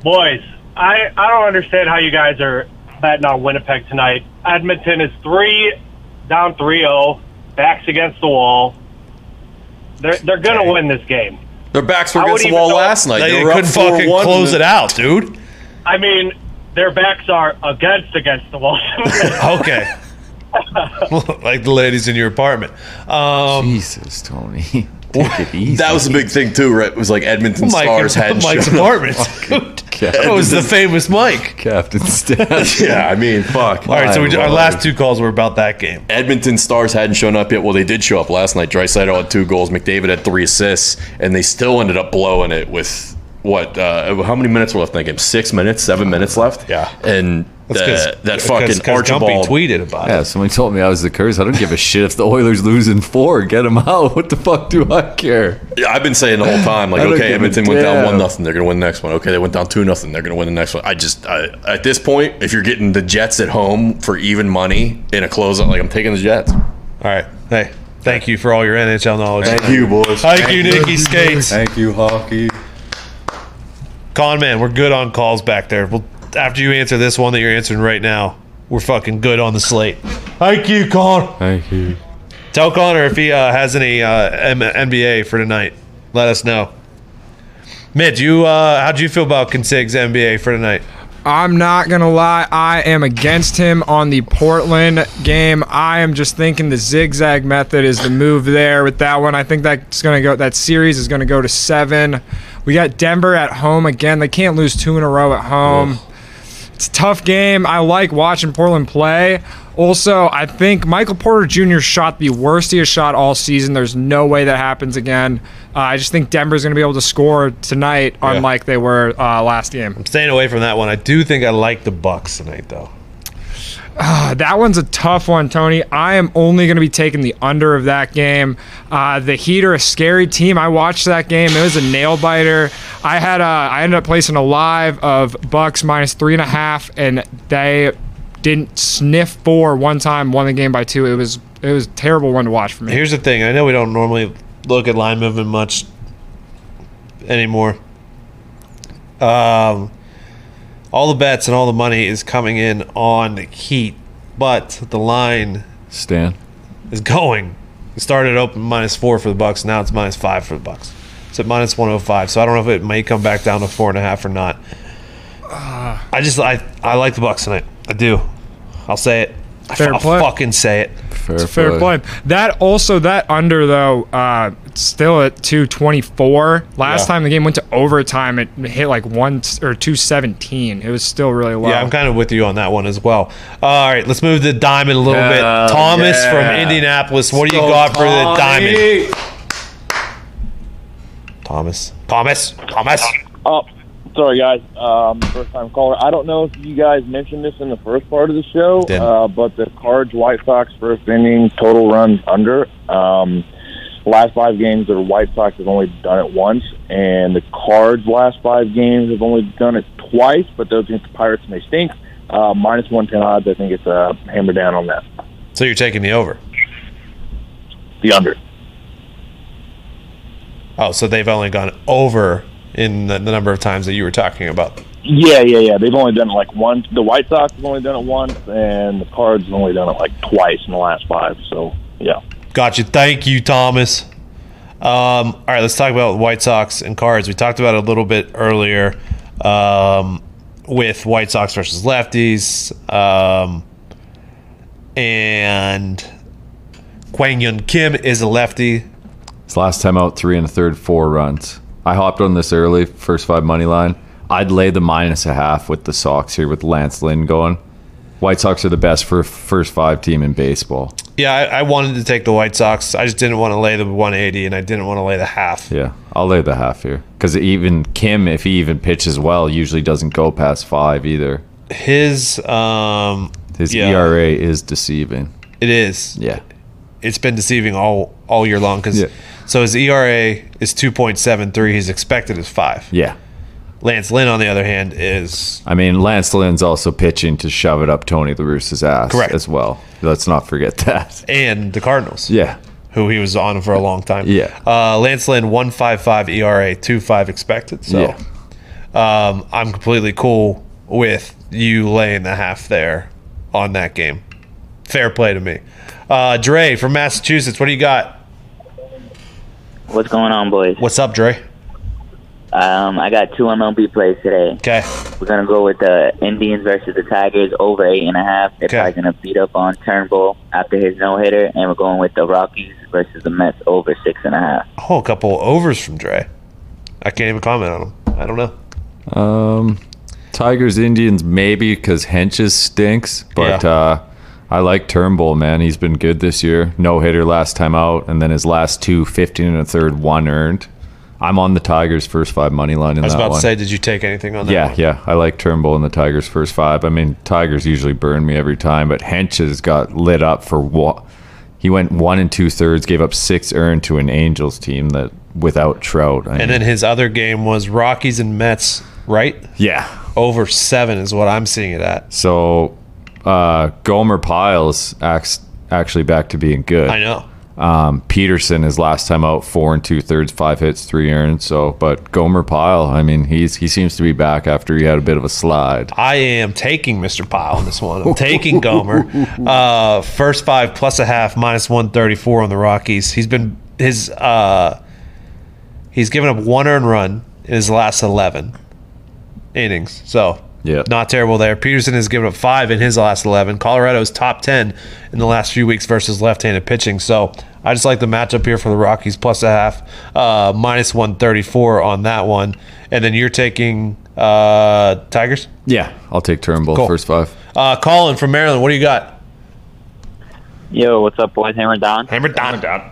H: Boys, I, I don't understand how you guys are betting on Winnipeg tonight. Edmonton is three down 3-0, backs against the wall. They're they're gonna win this game.
E: Their backs were
H: I
E: against the
H: wouldn't
E: wall
H: even know-
E: last night.
A: They
E: They, were up
A: couldn't fucking
E: 4-1
A: close it
E: and
A: out, dude.
H: I mean, their backs are against against the wall.
A: Okay. like the ladies in your apartment. Um,
B: Jesus, Tony. Take it easy.
E: That was the big thing too, right? It was like Edmonton
A: Mike
E: Stars had
A: Mike's apartment. dude. That was the famous Mike.
B: Captain Stats.
E: Yeah, I mean, fuck.
A: All right, so we,
B: My
A: our
B: lord.
A: last two calls were about that game.
E: Edmonton Stars hadn't shown up yet. Well, they did show up last night. Dreisaitl had two goals. McDavid had three assists, and they still ended up blowing it with what? Uh, how many minutes were left in that game? Six minutes, seven minutes left.
A: Yeah.
E: and
A: That's
E: the,
A: 'cause-
E: that
A: 'cause-
E: fucking
A: 'cause Gumpy
E: Archibald.
A: tweeted about
B: Yeah,
A: it.
B: somebody told me I was the curse. I don't give a shit if the Oilers lose in four. Get them out. What the fuck do I care?
E: I've been saying the whole time, like,
B: I don't
E: okay,
B: give a
E: Edmonton went down
B: damn.
E: one nothing, they're gonna win the next one. Okay, they went down two nothing, they're gonna win the next one. I just I, at this point, if you're getting the Jets at home for even money in a closeout, like I'm taking the Jets.
A: All right. Hey, thank you for all your NHL knowledge.
E: Thank you, boys.
A: Thank you, Nikki Skates.
B: Thank you, hockey.
A: Con man, we're good on calls back there. Well, after you answer this one that you're answering right now, we're fucking good on the slate. Thank you, Con.
B: Thank you.
A: Tell Connor if he uh, has any uh, M- NBA for tonight. Let us know. Mitch, you uh, how do you feel about Consig's NBA for tonight?
C: I'm not going to lie. I am against him on the Portland game. I am just thinking the zigzag method is the move there with that one. I think that's going to go, that series is going to go to seven. We got Denver at home again. They can't lose two in a row at home. It's a tough game. I like watching Portland play. Also, I think Michael Porter Jr. shot the worst he has shot all season. There's no way that happens again. Uh, I just think Denver's going to be able to score tonight, unlike they were uh, last game.
A: Staying away from that one. I do think I like the Bucks tonight, though.
C: Uh, that one's a tough one, Tony. I am only going to be taking the under of that game. Uh, the Heat are a scary team. I watched that game. It was a nail biter. I had uh, I ended up placing a live of Bucks minus three and a half, and they didn't sniff four one time. Won the game by two. It was it was a terrible one to watch for me.
A: Here's the thing. I know we don't normally look at line movement much anymore. Um, all the bets and all the money is coming in on the Heat, but the line
B: Stan.
A: is going. It started open minus four for the Bucks. Now it's minus five for the Bucks. It's at minus one hundred five. So I don't know if it may come back down to four and a half or not. I just I I like the Bucks tonight. I do. I'll say it. I
C: Fair
A: will
C: play.
A: fucking say it.
B: Fair,
C: Fair play. That also that under though, uh, it's still at two twenty four. Last time the game went to overtime, it hit like one or two seventeen. It was still really low.
A: Yeah, I'm kind of with you on that one as well. All right, let's move to Diamond a little
B: Yeah,
A: bit. Thomas
B: yeah.
A: from Indianapolis, what do you got for the Diamond? Thomas. Thomas. Thomas.
F: Oh, sorry guys, um, first time caller. I don't know if you guys mentioned this in the first part of the show,
A: Didn't.
F: uh, but the Cards White Sox first inning total runs under. Um, last five games, the White Sox have only done it once, and the Cards last five games have only done it twice. But those against the Pirates may stink. Uh, minus one ten odds. I think it's uh, hammer down on that.
A: So you're taking the over.
F: The under.
A: Oh, so they've only gone over in the, the number of times that you were talking about.
F: Yeah, yeah, yeah. They've only done it like once. The White Sox have only done it once, and the Cards have only done it like twice in the last five. So yeah.
A: Gotcha. Thank you, Thomas. Um, all right, let's talk about White Sox and cards. We talked about it a little bit earlier um, with White Sox versus lefties. Um, and Kwang Yun Kim is a lefty.
B: It's last time out three and a third, four runs. I hopped on this early, first five money line. I'd lay the minus a half with the Sox here with Lance Lynn going. White Sox are the best for first five team in baseball.
A: Yeah, I, I wanted to take the White Sox. I just didn't want to lay the 180, and I didn't want to lay the half.
B: Yeah, I'll lay the half here because even Kim, if he even pitches well, usually doesn't go past five either.
A: His, um,
B: His
A: Yeah.
B: ERA is deceiving.
A: it is.
B: Yeah,
A: it's been deceiving all all year long because
B: Yeah.
A: so his ERA is 2.73 his expected is 5
B: yeah.
A: Lance Lynn on the other hand is
B: I mean, Lance Lynn's also pitching to shove it up Tony La Russa's ass
A: Correct.
B: as well. Let's not forget that.
A: and the Cardinals
B: Yeah,
A: who he was on for a long time
B: Yeah.
A: uh, Lance Lynn 155 ERA 25 expected so
B: yeah.
A: um, I'm completely cool with you laying the half there on that game fair play to me uh, Dre from Massachusetts what do you got
I: What's going on, boys?
A: what's up Dre
I: Um, I got two MLB plays today.
A: okay
I: We're gonna go with the Indians versus the Tigers over eight and a half. They're
A: Okay.
I: probably gonna beat up on Turnbull after his no hitter, and we're going with the Rockies versus the Mets over six and a half.
A: oh a couple overs from Dre I can't even comment on them I don't know
B: Um, Tigers, Indians, maybe because Henches stinks, but
A: Yeah.
B: uh, I like Turnbull, man. He's been good this year. No hitter last time out, and then his last two, 15 and a third, one earned. I'm on the Tigers' first five money line in
A: I was
B: that
A: about
B: one.
A: to say, did you take anything on that?
B: yeah,
A: one?
B: yeah. I like Turnbull and the Tigers' first five. I mean, Tigers usually burn me every time, but Henches got lit up for what? He went one and two thirds, gave up six earned to an Angels team that without Trout. I
A: And
B: mean,
A: then his other game was Rockies and Mets, right?
B: yeah,
A: Over seven is what I'm seeing it at.
B: So uh, Gomer Piles acts actually back to being good.
A: I know.
B: Um, Peterson is last time out four and two thirds, five hits, three earned. So, but Gomer Pyle, I mean, he's he seems to be back after he had a bit of a slide.
A: I am taking Mr. Pyle on this one. I'm taking Gomer. Uh, first five plus a half, minus 134 on the Rockies. He's been his. Uh, he's given up one earned run in his last 11 innings. So
B: Yeah.
A: Not terrible there. Peterson has given up five in his last 11. Colorado's top 10 in the last few weeks versus left handed pitching. So I just like the matchup here for the Rockies plus a half, uh, minus 134 on that one. And then you're taking uh, Tigers?
B: Yeah. I'll take Turnbull
A: Cool.
B: first five.
A: Uh, Colin from Maryland, what do you got?
I: Yo, what's up, boys? Hammer down.
A: Hammer down.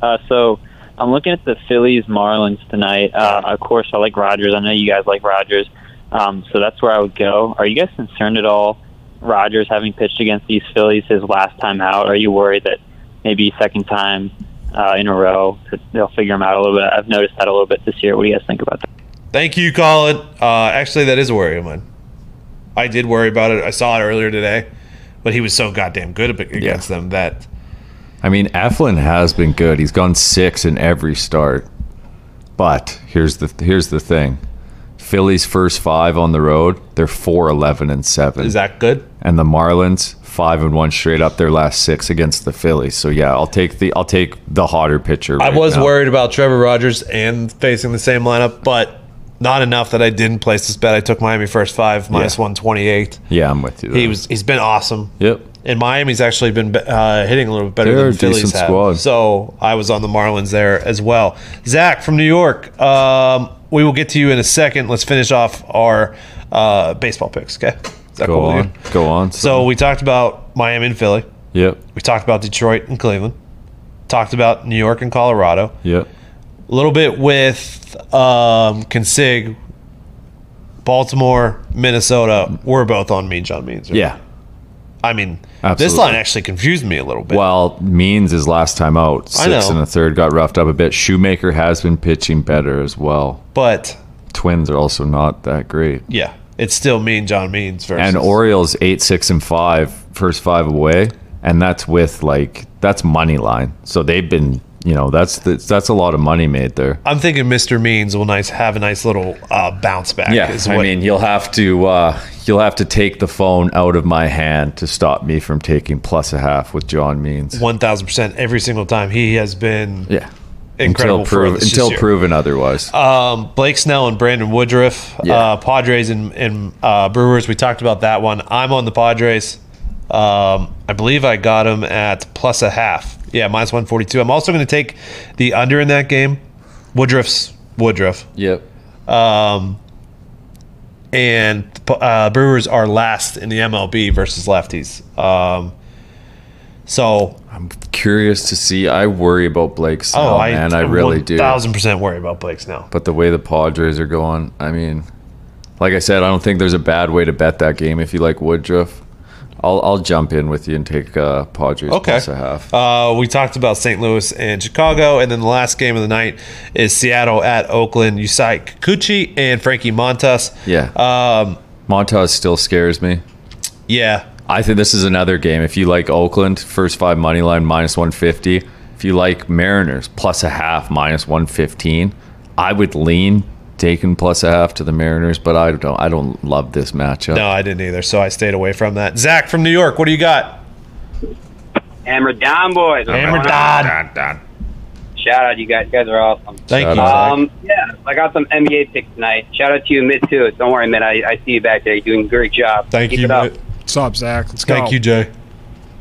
I: Uh, so I'm looking at the Phillies Marlins tonight. Uh, of course, I like Rogers. I know you guys like Rogers. Um, so that's where I would go. Are you guys concerned at all? Rogers having pitched against these Phillies his last time out. Are you worried that maybe second time uh, in a row that they'll figure him out a little bit? I've noticed that a little bit this year. What do you guys think about that?
A: Thank you, Colin. Uh, actually, that is a worry of mine. I did worry about it. I saw it earlier today, but he was so goddamn good ab- against them that
B: I mean, Eflin has been good. He's gone six in every start. But here's the here's the thing. Philly's first five on the road, they're four eleven and seven.
A: is that good?
B: and the Marlins five and one straight up their last six against the Phillies. So yeah, I'll take the I'll take the hotter pitcher.
A: I
B: right
A: was
B: now.
A: worried about Trevor Rogers and facing the same lineup, but not enough that I didn't place this bet. I took Miami first five minus
B: Yeah.
A: one twenty eight.
B: Yeah, I'm with you.
A: He
B: there.
A: was he's been awesome.
B: Yep.
A: And Miami's actually been be- uh, hitting a little bit better
B: They're
A: than
B: a
A: the Phillies
B: decent
A: have.
B: squad.
A: So I was on the Marlins there as well. Zach from New York, um, we will get to you in a second. Let's finish off our uh, baseball picks. Okay. Is that
B: Go
A: cool with
B: on.
A: you?
B: Go on.
A: So we talked about Miami and Philly.
B: Yep.
A: We talked about Detroit and Cleveland. Talked about New York and Colorado
B: Yep.
A: a little bit with um, Consig, Baltimore, Minnesota. We're both on Mean John Means. right?
B: Yeah.
A: I mean, this
B: Absolutely.
A: line actually confused me a little bit.
B: Well, Means is last time out.
A: I
B: Six
A: know.
B: and a third got roughed up a bit. Shoemaker has been pitching better as well.
A: but
B: Twins are also not that great.
A: yeah, it's still Mean John Means versus.
B: And Orioles eight, six, and five, first five away, and that's with like that's money line. So they've been, you know, that's that's, that's a lot of money made there.
A: I'm thinking Mr. Means will nice have a nice little uh, bounce back.
B: Yeah,
A: is
B: I
A: what-
B: mean, you'll have to uh, you'll have to take the phone out of my hand to stop me from taking plus a half with John Means.
A: 1000% every single time. He has been
B: Yeah,
A: incredible
B: until, prove,
A: for us this
B: until
A: year.
B: proven otherwise.
A: Um, Blake Snell and Brandon Woodruff,
B: Yeah.
A: uh, Padres and, and uh, Brewers. We talked about that one. I'm on the Padres. Um, I believe I got him at plus a half. Yeah, minus 142. I'm also going to take the under in that game. Woodruff's Woodruff.
B: yep.
A: Um, and uh, Brewers are last in the MLB versus lefties. Um, so, oh,
B: I'm curious to see. I worry about Blake Snell, Oh, man. I, really do.
A: Thousand percent worry about Blake Snell.
B: But the way the Padres are going, I mean, like I said, I don't think there's a bad way to bet that game if you like Woodruff. I'll I'll jump in with you and take uh, Padres
A: Okay.
B: plus a half.
A: Uh, we talked about St. Louis and Chicago, and then the last game of the night is Seattle at Oakland. Usai Kikuchi and Frankie Montas.
B: yeah,
A: Um,
B: Montas still scares me.
A: yeah,
B: I think this is another game. If you like Oakland, first five money line minus 150. If you like Mariners, plus a half minus 115. I would lean taking plus a half to the Mariners, but I don't. I don't love this matchup.
A: no, I didn't either, so I stayed away from that. Zach from New York, what do you got?
J: Hammer down, boys.
A: Hammer Dodd.
J: Shout out, you guys. You guys are awesome.
A: Thank
B: Shout
A: you,
B: out.
A: Zach.
J: Um, yeah, I got some NBA picks tonight. Shout out to you, Mid, too. Don't worry, man. I, I see you back there. You're doing a great job.
A: Thank
J: Keep
A: you,
J: It up.
A: Whit.
C: What's up, Zach? Let's go.
A: thank you, Jay.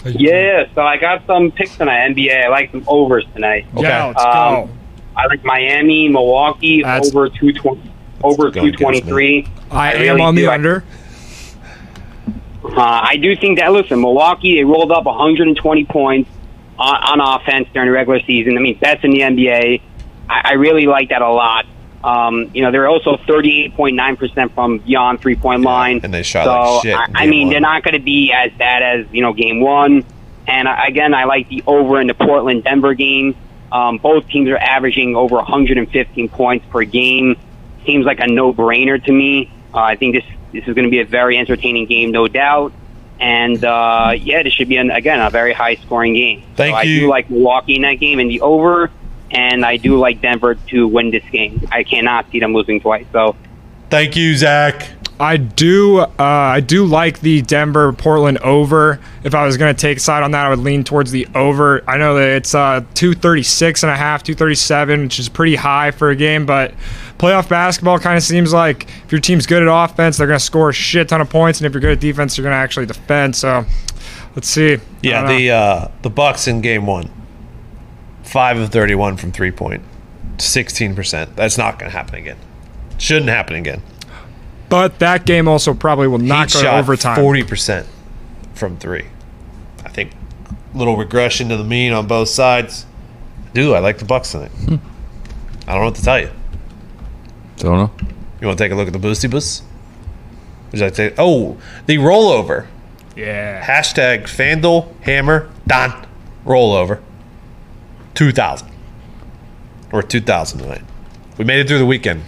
J: Yeah, so I got some picks tonight, NBA. I like some overs tonight.
C: Yeah,
A: Okay.
C: let's
J: Um,
C: go.
J: I like Miami, Milwaukee,
C: That's-
J: over 220, over
A: That's going against
J: 223.
C: I,
J: I
C: am
J: really
C: on the
J: do. I-
C: under.
J: Uh, I do think that, listen, Milwaukee, they rolled up 120 points on, on offense during the regular season. I mean, best in the NBA. I, I really like that a lot. Um, you know, they're also 38.9% from beyond three point line.
A: and they shot
J: so,
A: like shit in
J: I, I
A: game
J: mean,
A: one.
J: they're not going to be as bad as, you know, game one. And I, again, I like the over in the Portland Denver game. Um, both teams are averaging over 115 points per game. Seems like a no brainer to me. Uh, I think this this is going to be a very entertaining game, no doubt. And uh, yeah, this should be an, again a very high scoring game.
A: Thank
J: so I
A: you.
J: do like Milwaukee in that game and the over, and I do like Denver to win this game. I cannot see them losing twice. So
A: Thank you, Zach.
C: I do uh, I do like the Denver Portland over. If I was going to take a side on that, I would lean towards the over. I know that it's uh 236 and a half, 237, which is pretty high for a game, but playoff basketball kind of seems like if your team's good at offense, they're going to score a shit ton of points, and if you're good at defense, you're going to actually defend. So, let's see.
A: Yeah,
C: I don't know.
A: the uh, the Bucks in game one, five of thirty-one from three point, sixteen percent. That's not going to happen again. Shouldn't happen again.
C: but that game also probably will not
A: Heat
C: go to
A: shot
C: overtime.
A: forty percent from three. I think little regression to the mean on both sides. Do I like the Bucks tonight?
C: Hmm.
A: I don't know what to tell you.
B: Don't know.
A: You want to take a look at the boosty boosts? Would you like to? Oh, the rollover.
C: Yeah.
A: Hashtag Fandle Hammer Don rollover. Two thousand or two thousand tonight. We made it through the weekend.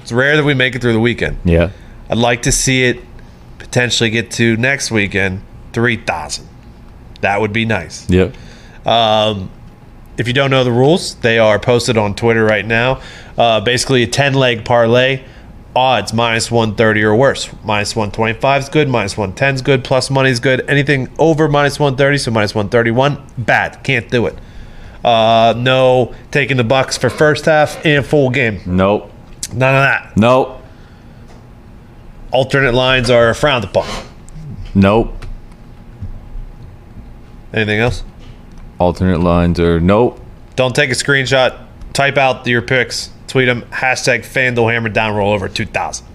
A: It's rare that we make it through the weekend.
B: Yeah.
A: I'd like to see it potentially get to next weekend three thousand. That would be nice.
B: Yep.
A: If you don't know the rules, they are posted on Twitter right now. Uh, basically, a 10 leg parlay, odds minus 130 or worse. Minus 125 is good, minus 110 is good, plus money is good. Anything over minus 130, so minus 131, bad. Can't do it. Uh, no taking the Bucks for first half and full game.
B: Nope.
A: None of that.
B: Nope.
A: Alternate lines are frowned upon.
B: Nope.
A: Anything else?
B: Alternate lines are nope.
A: Don't take a screenshot. Type out your picks. Tweet them. Hashtag FanDuel Hammer Down Rollover 2000.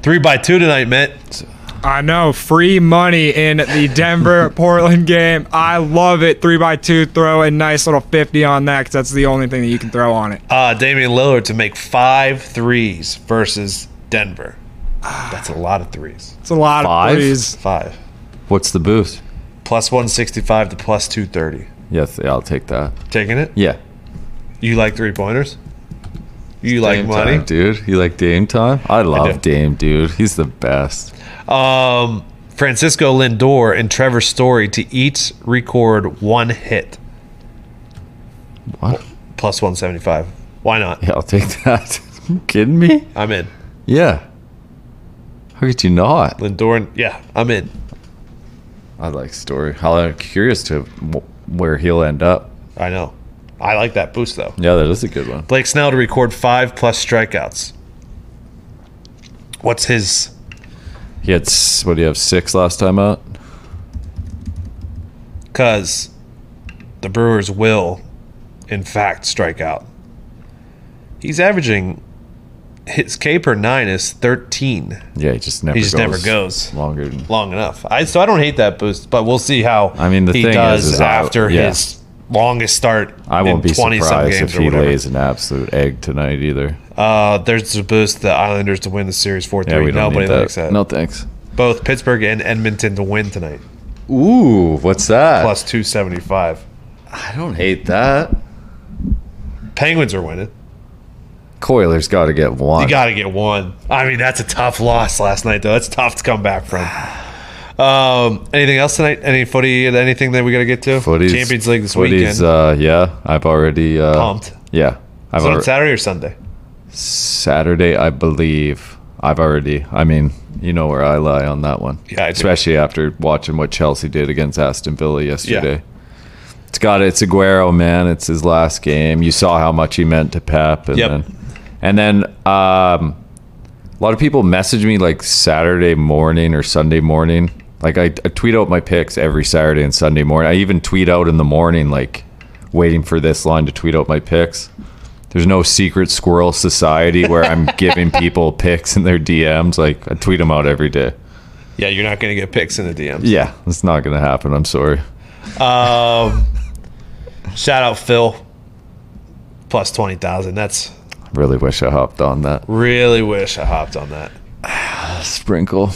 A: Three by two tonight, Matt.
C: I know free money in the Denver Portland game. I love it. Three by two, throw a nice little fifty on that 'cause that's the only thing that you can throw on it.
A: Uh, Damian Lillard to make five threes versus Denver. That's a lot of threes.
C: It's a lot
B: Five?
C: of threes.
A: Five.
B: What's the boost?
A: Plus 165 to plus 230.
B: Yes, I'll take that.
A: Taking it?
B: Yeah.
A: You like three pointers? You like
B: Dame
A: money?
B: time, dude. You like Dame time? I love
A: do.
B: Dame, dude. He's the best.
A: Um, Francisco Lindor and Trevor Story to each record one hit.
B: What?
A: Plus 175. Why not?
B: Yeah, I'll take that. you kidding me?
A: I'm in.
B: Yeah. How could you not?
A: Lindor, and, yeah, I'm in.
B: I like story. I'm curious to wh- where he'll end up.
A: I know. I like that boost, though.
B: Yeah, that is a good one.
A: Blake Snell to record five plus strikeouts. What's his
B: He had s- what do you have six last time out?
A: because the Brewers will, in fact, strike out. He's averaging his K per nine is thirteen.
B: Yeah, he just never.
A: He just
B: goes
A: never goes
B: longer. Than,
A: long enough. I so I don't hate that boost, but we'll see how
B: I mean, the
A: he
B: thing is,
A: does
B: is I-
A: after
B: yeah.
A: his longest start.
B: I won't
A: in
B: be
A: 20 some
B: surprised if
A: games or
B: he
A: whatever.
B: lays an absolute egg tonight either.
A: Uh, there's a boost the Islanders to win the series four
B: Yeah,
A: three.
B: we don't
A: Nobody
B: need that.
A: likes that.
B: No thanks.
A: Both Pittsburgh and Edmonton to win tonight
B: Ooh, what's that?
A: plus two seventy five.
B: I don't hate that.
A: Penguins are winning.
B: Coiler's got to get one.
A: You got to get one. I mean, that's a tough loss last night, though. That's tough to come back from. Um, anything else tonight? Any footy? Anything that we got to get to?
B: Footy's-
A: Champions League this
B: footy's,
A: weekend.
B: Uh, yeah, I've already uh,
A: Pumped.
B: Yeah, I've
A: Is it on
B: already,
A: Saturday or Sunday?
B: Saturday, I believe. I've already. I mean, you know where I lie on that one.
A: Yeah, I do.
B: especially after watching what Chelsea did against Aston Villa yesterday.
A: Yeah.
B: It's got it's Aguero, man. It's his last game. You saw how much he meant to Pep, and
A: Yep.
B: then and then um, a lot of people message me like Saturday morning or Sunday morning. Like I, I tweet out my picks every Saturday and Sunday morning. I even tweet out in the morning, like waiting for this line to tweet out my picks. There's no secret squirrel society where I'm giving people picks in their DMs. Like I tweet them out every day.
A: Yeah, you're not going to get picks in the DMs.
B: Yeah, it's not gonna happen. I'm sorry.
A: Shout out Phil. Plus 20,000. That's
B: I really wish I hopped on that
A: really wish I hopped on that.
B: sprinkle.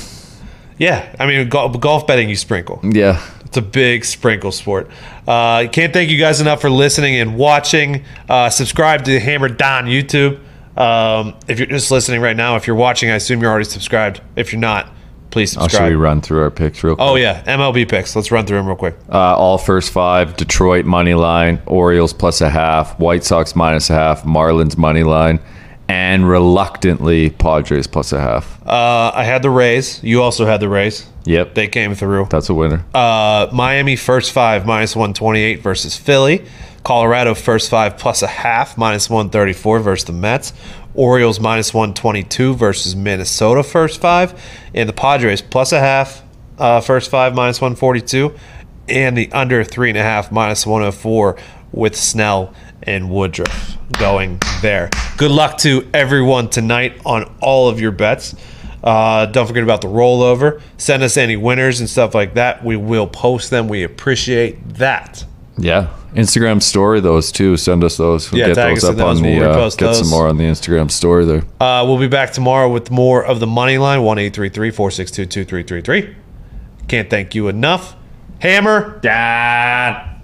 A: Yeah, I mean, gol golf betting, you sprinkle.
B: Yeah,
A: It's a big sprinkle sport. Uh, can't thank you guys enough for listening and watching. Uh, subscribe to Hammer Don YouTube. Um, if you're just listening right now, if you're watching, I assume you're already subscribed. If you're not, please
B: oh, should we
A: subscribe.
B: run through our picks real quick?
A: Oh yeah, MLB picks. Let's run through them real quick.
B: Uh, all first five, Detroit money line, Orioles plus a half, White Sox minus a half, Marlins money line, and reluctantly Padres plus a half.
A: Uh, I had the Rays. You also had the Rays.
B: Yep.
A: They came through.
B: That's a winner.
A: Uh, Miami first five minus 128 versus Philly. Colorado first five plus a half minus 134 versus the Mets. Orioles minus 122 versus Minnesota first five. And the Padres plus a half uh, first five minus 142. And the under three and a half minus 104 with Snell and Woodruff going there. Good luck to everyone tonight on all of your bets. Uh, don't forget about the rollover. Send us any winners and stuff like that. We will post them. We appreciate that.
B: Yeah. Instagram story those too. Send us those. We'll
A: Yeah,
B: get
A: tag
B: those
A: us
B: up
A: in those.
B: on the
A: We'll
B: uh,
A: repost
B: get some
A: those.
B: more on the Instagram story there.
A: Uh, we'll be back tomorrow with more of the money line 1 462 2333. Can't thank you enough. Hammer down.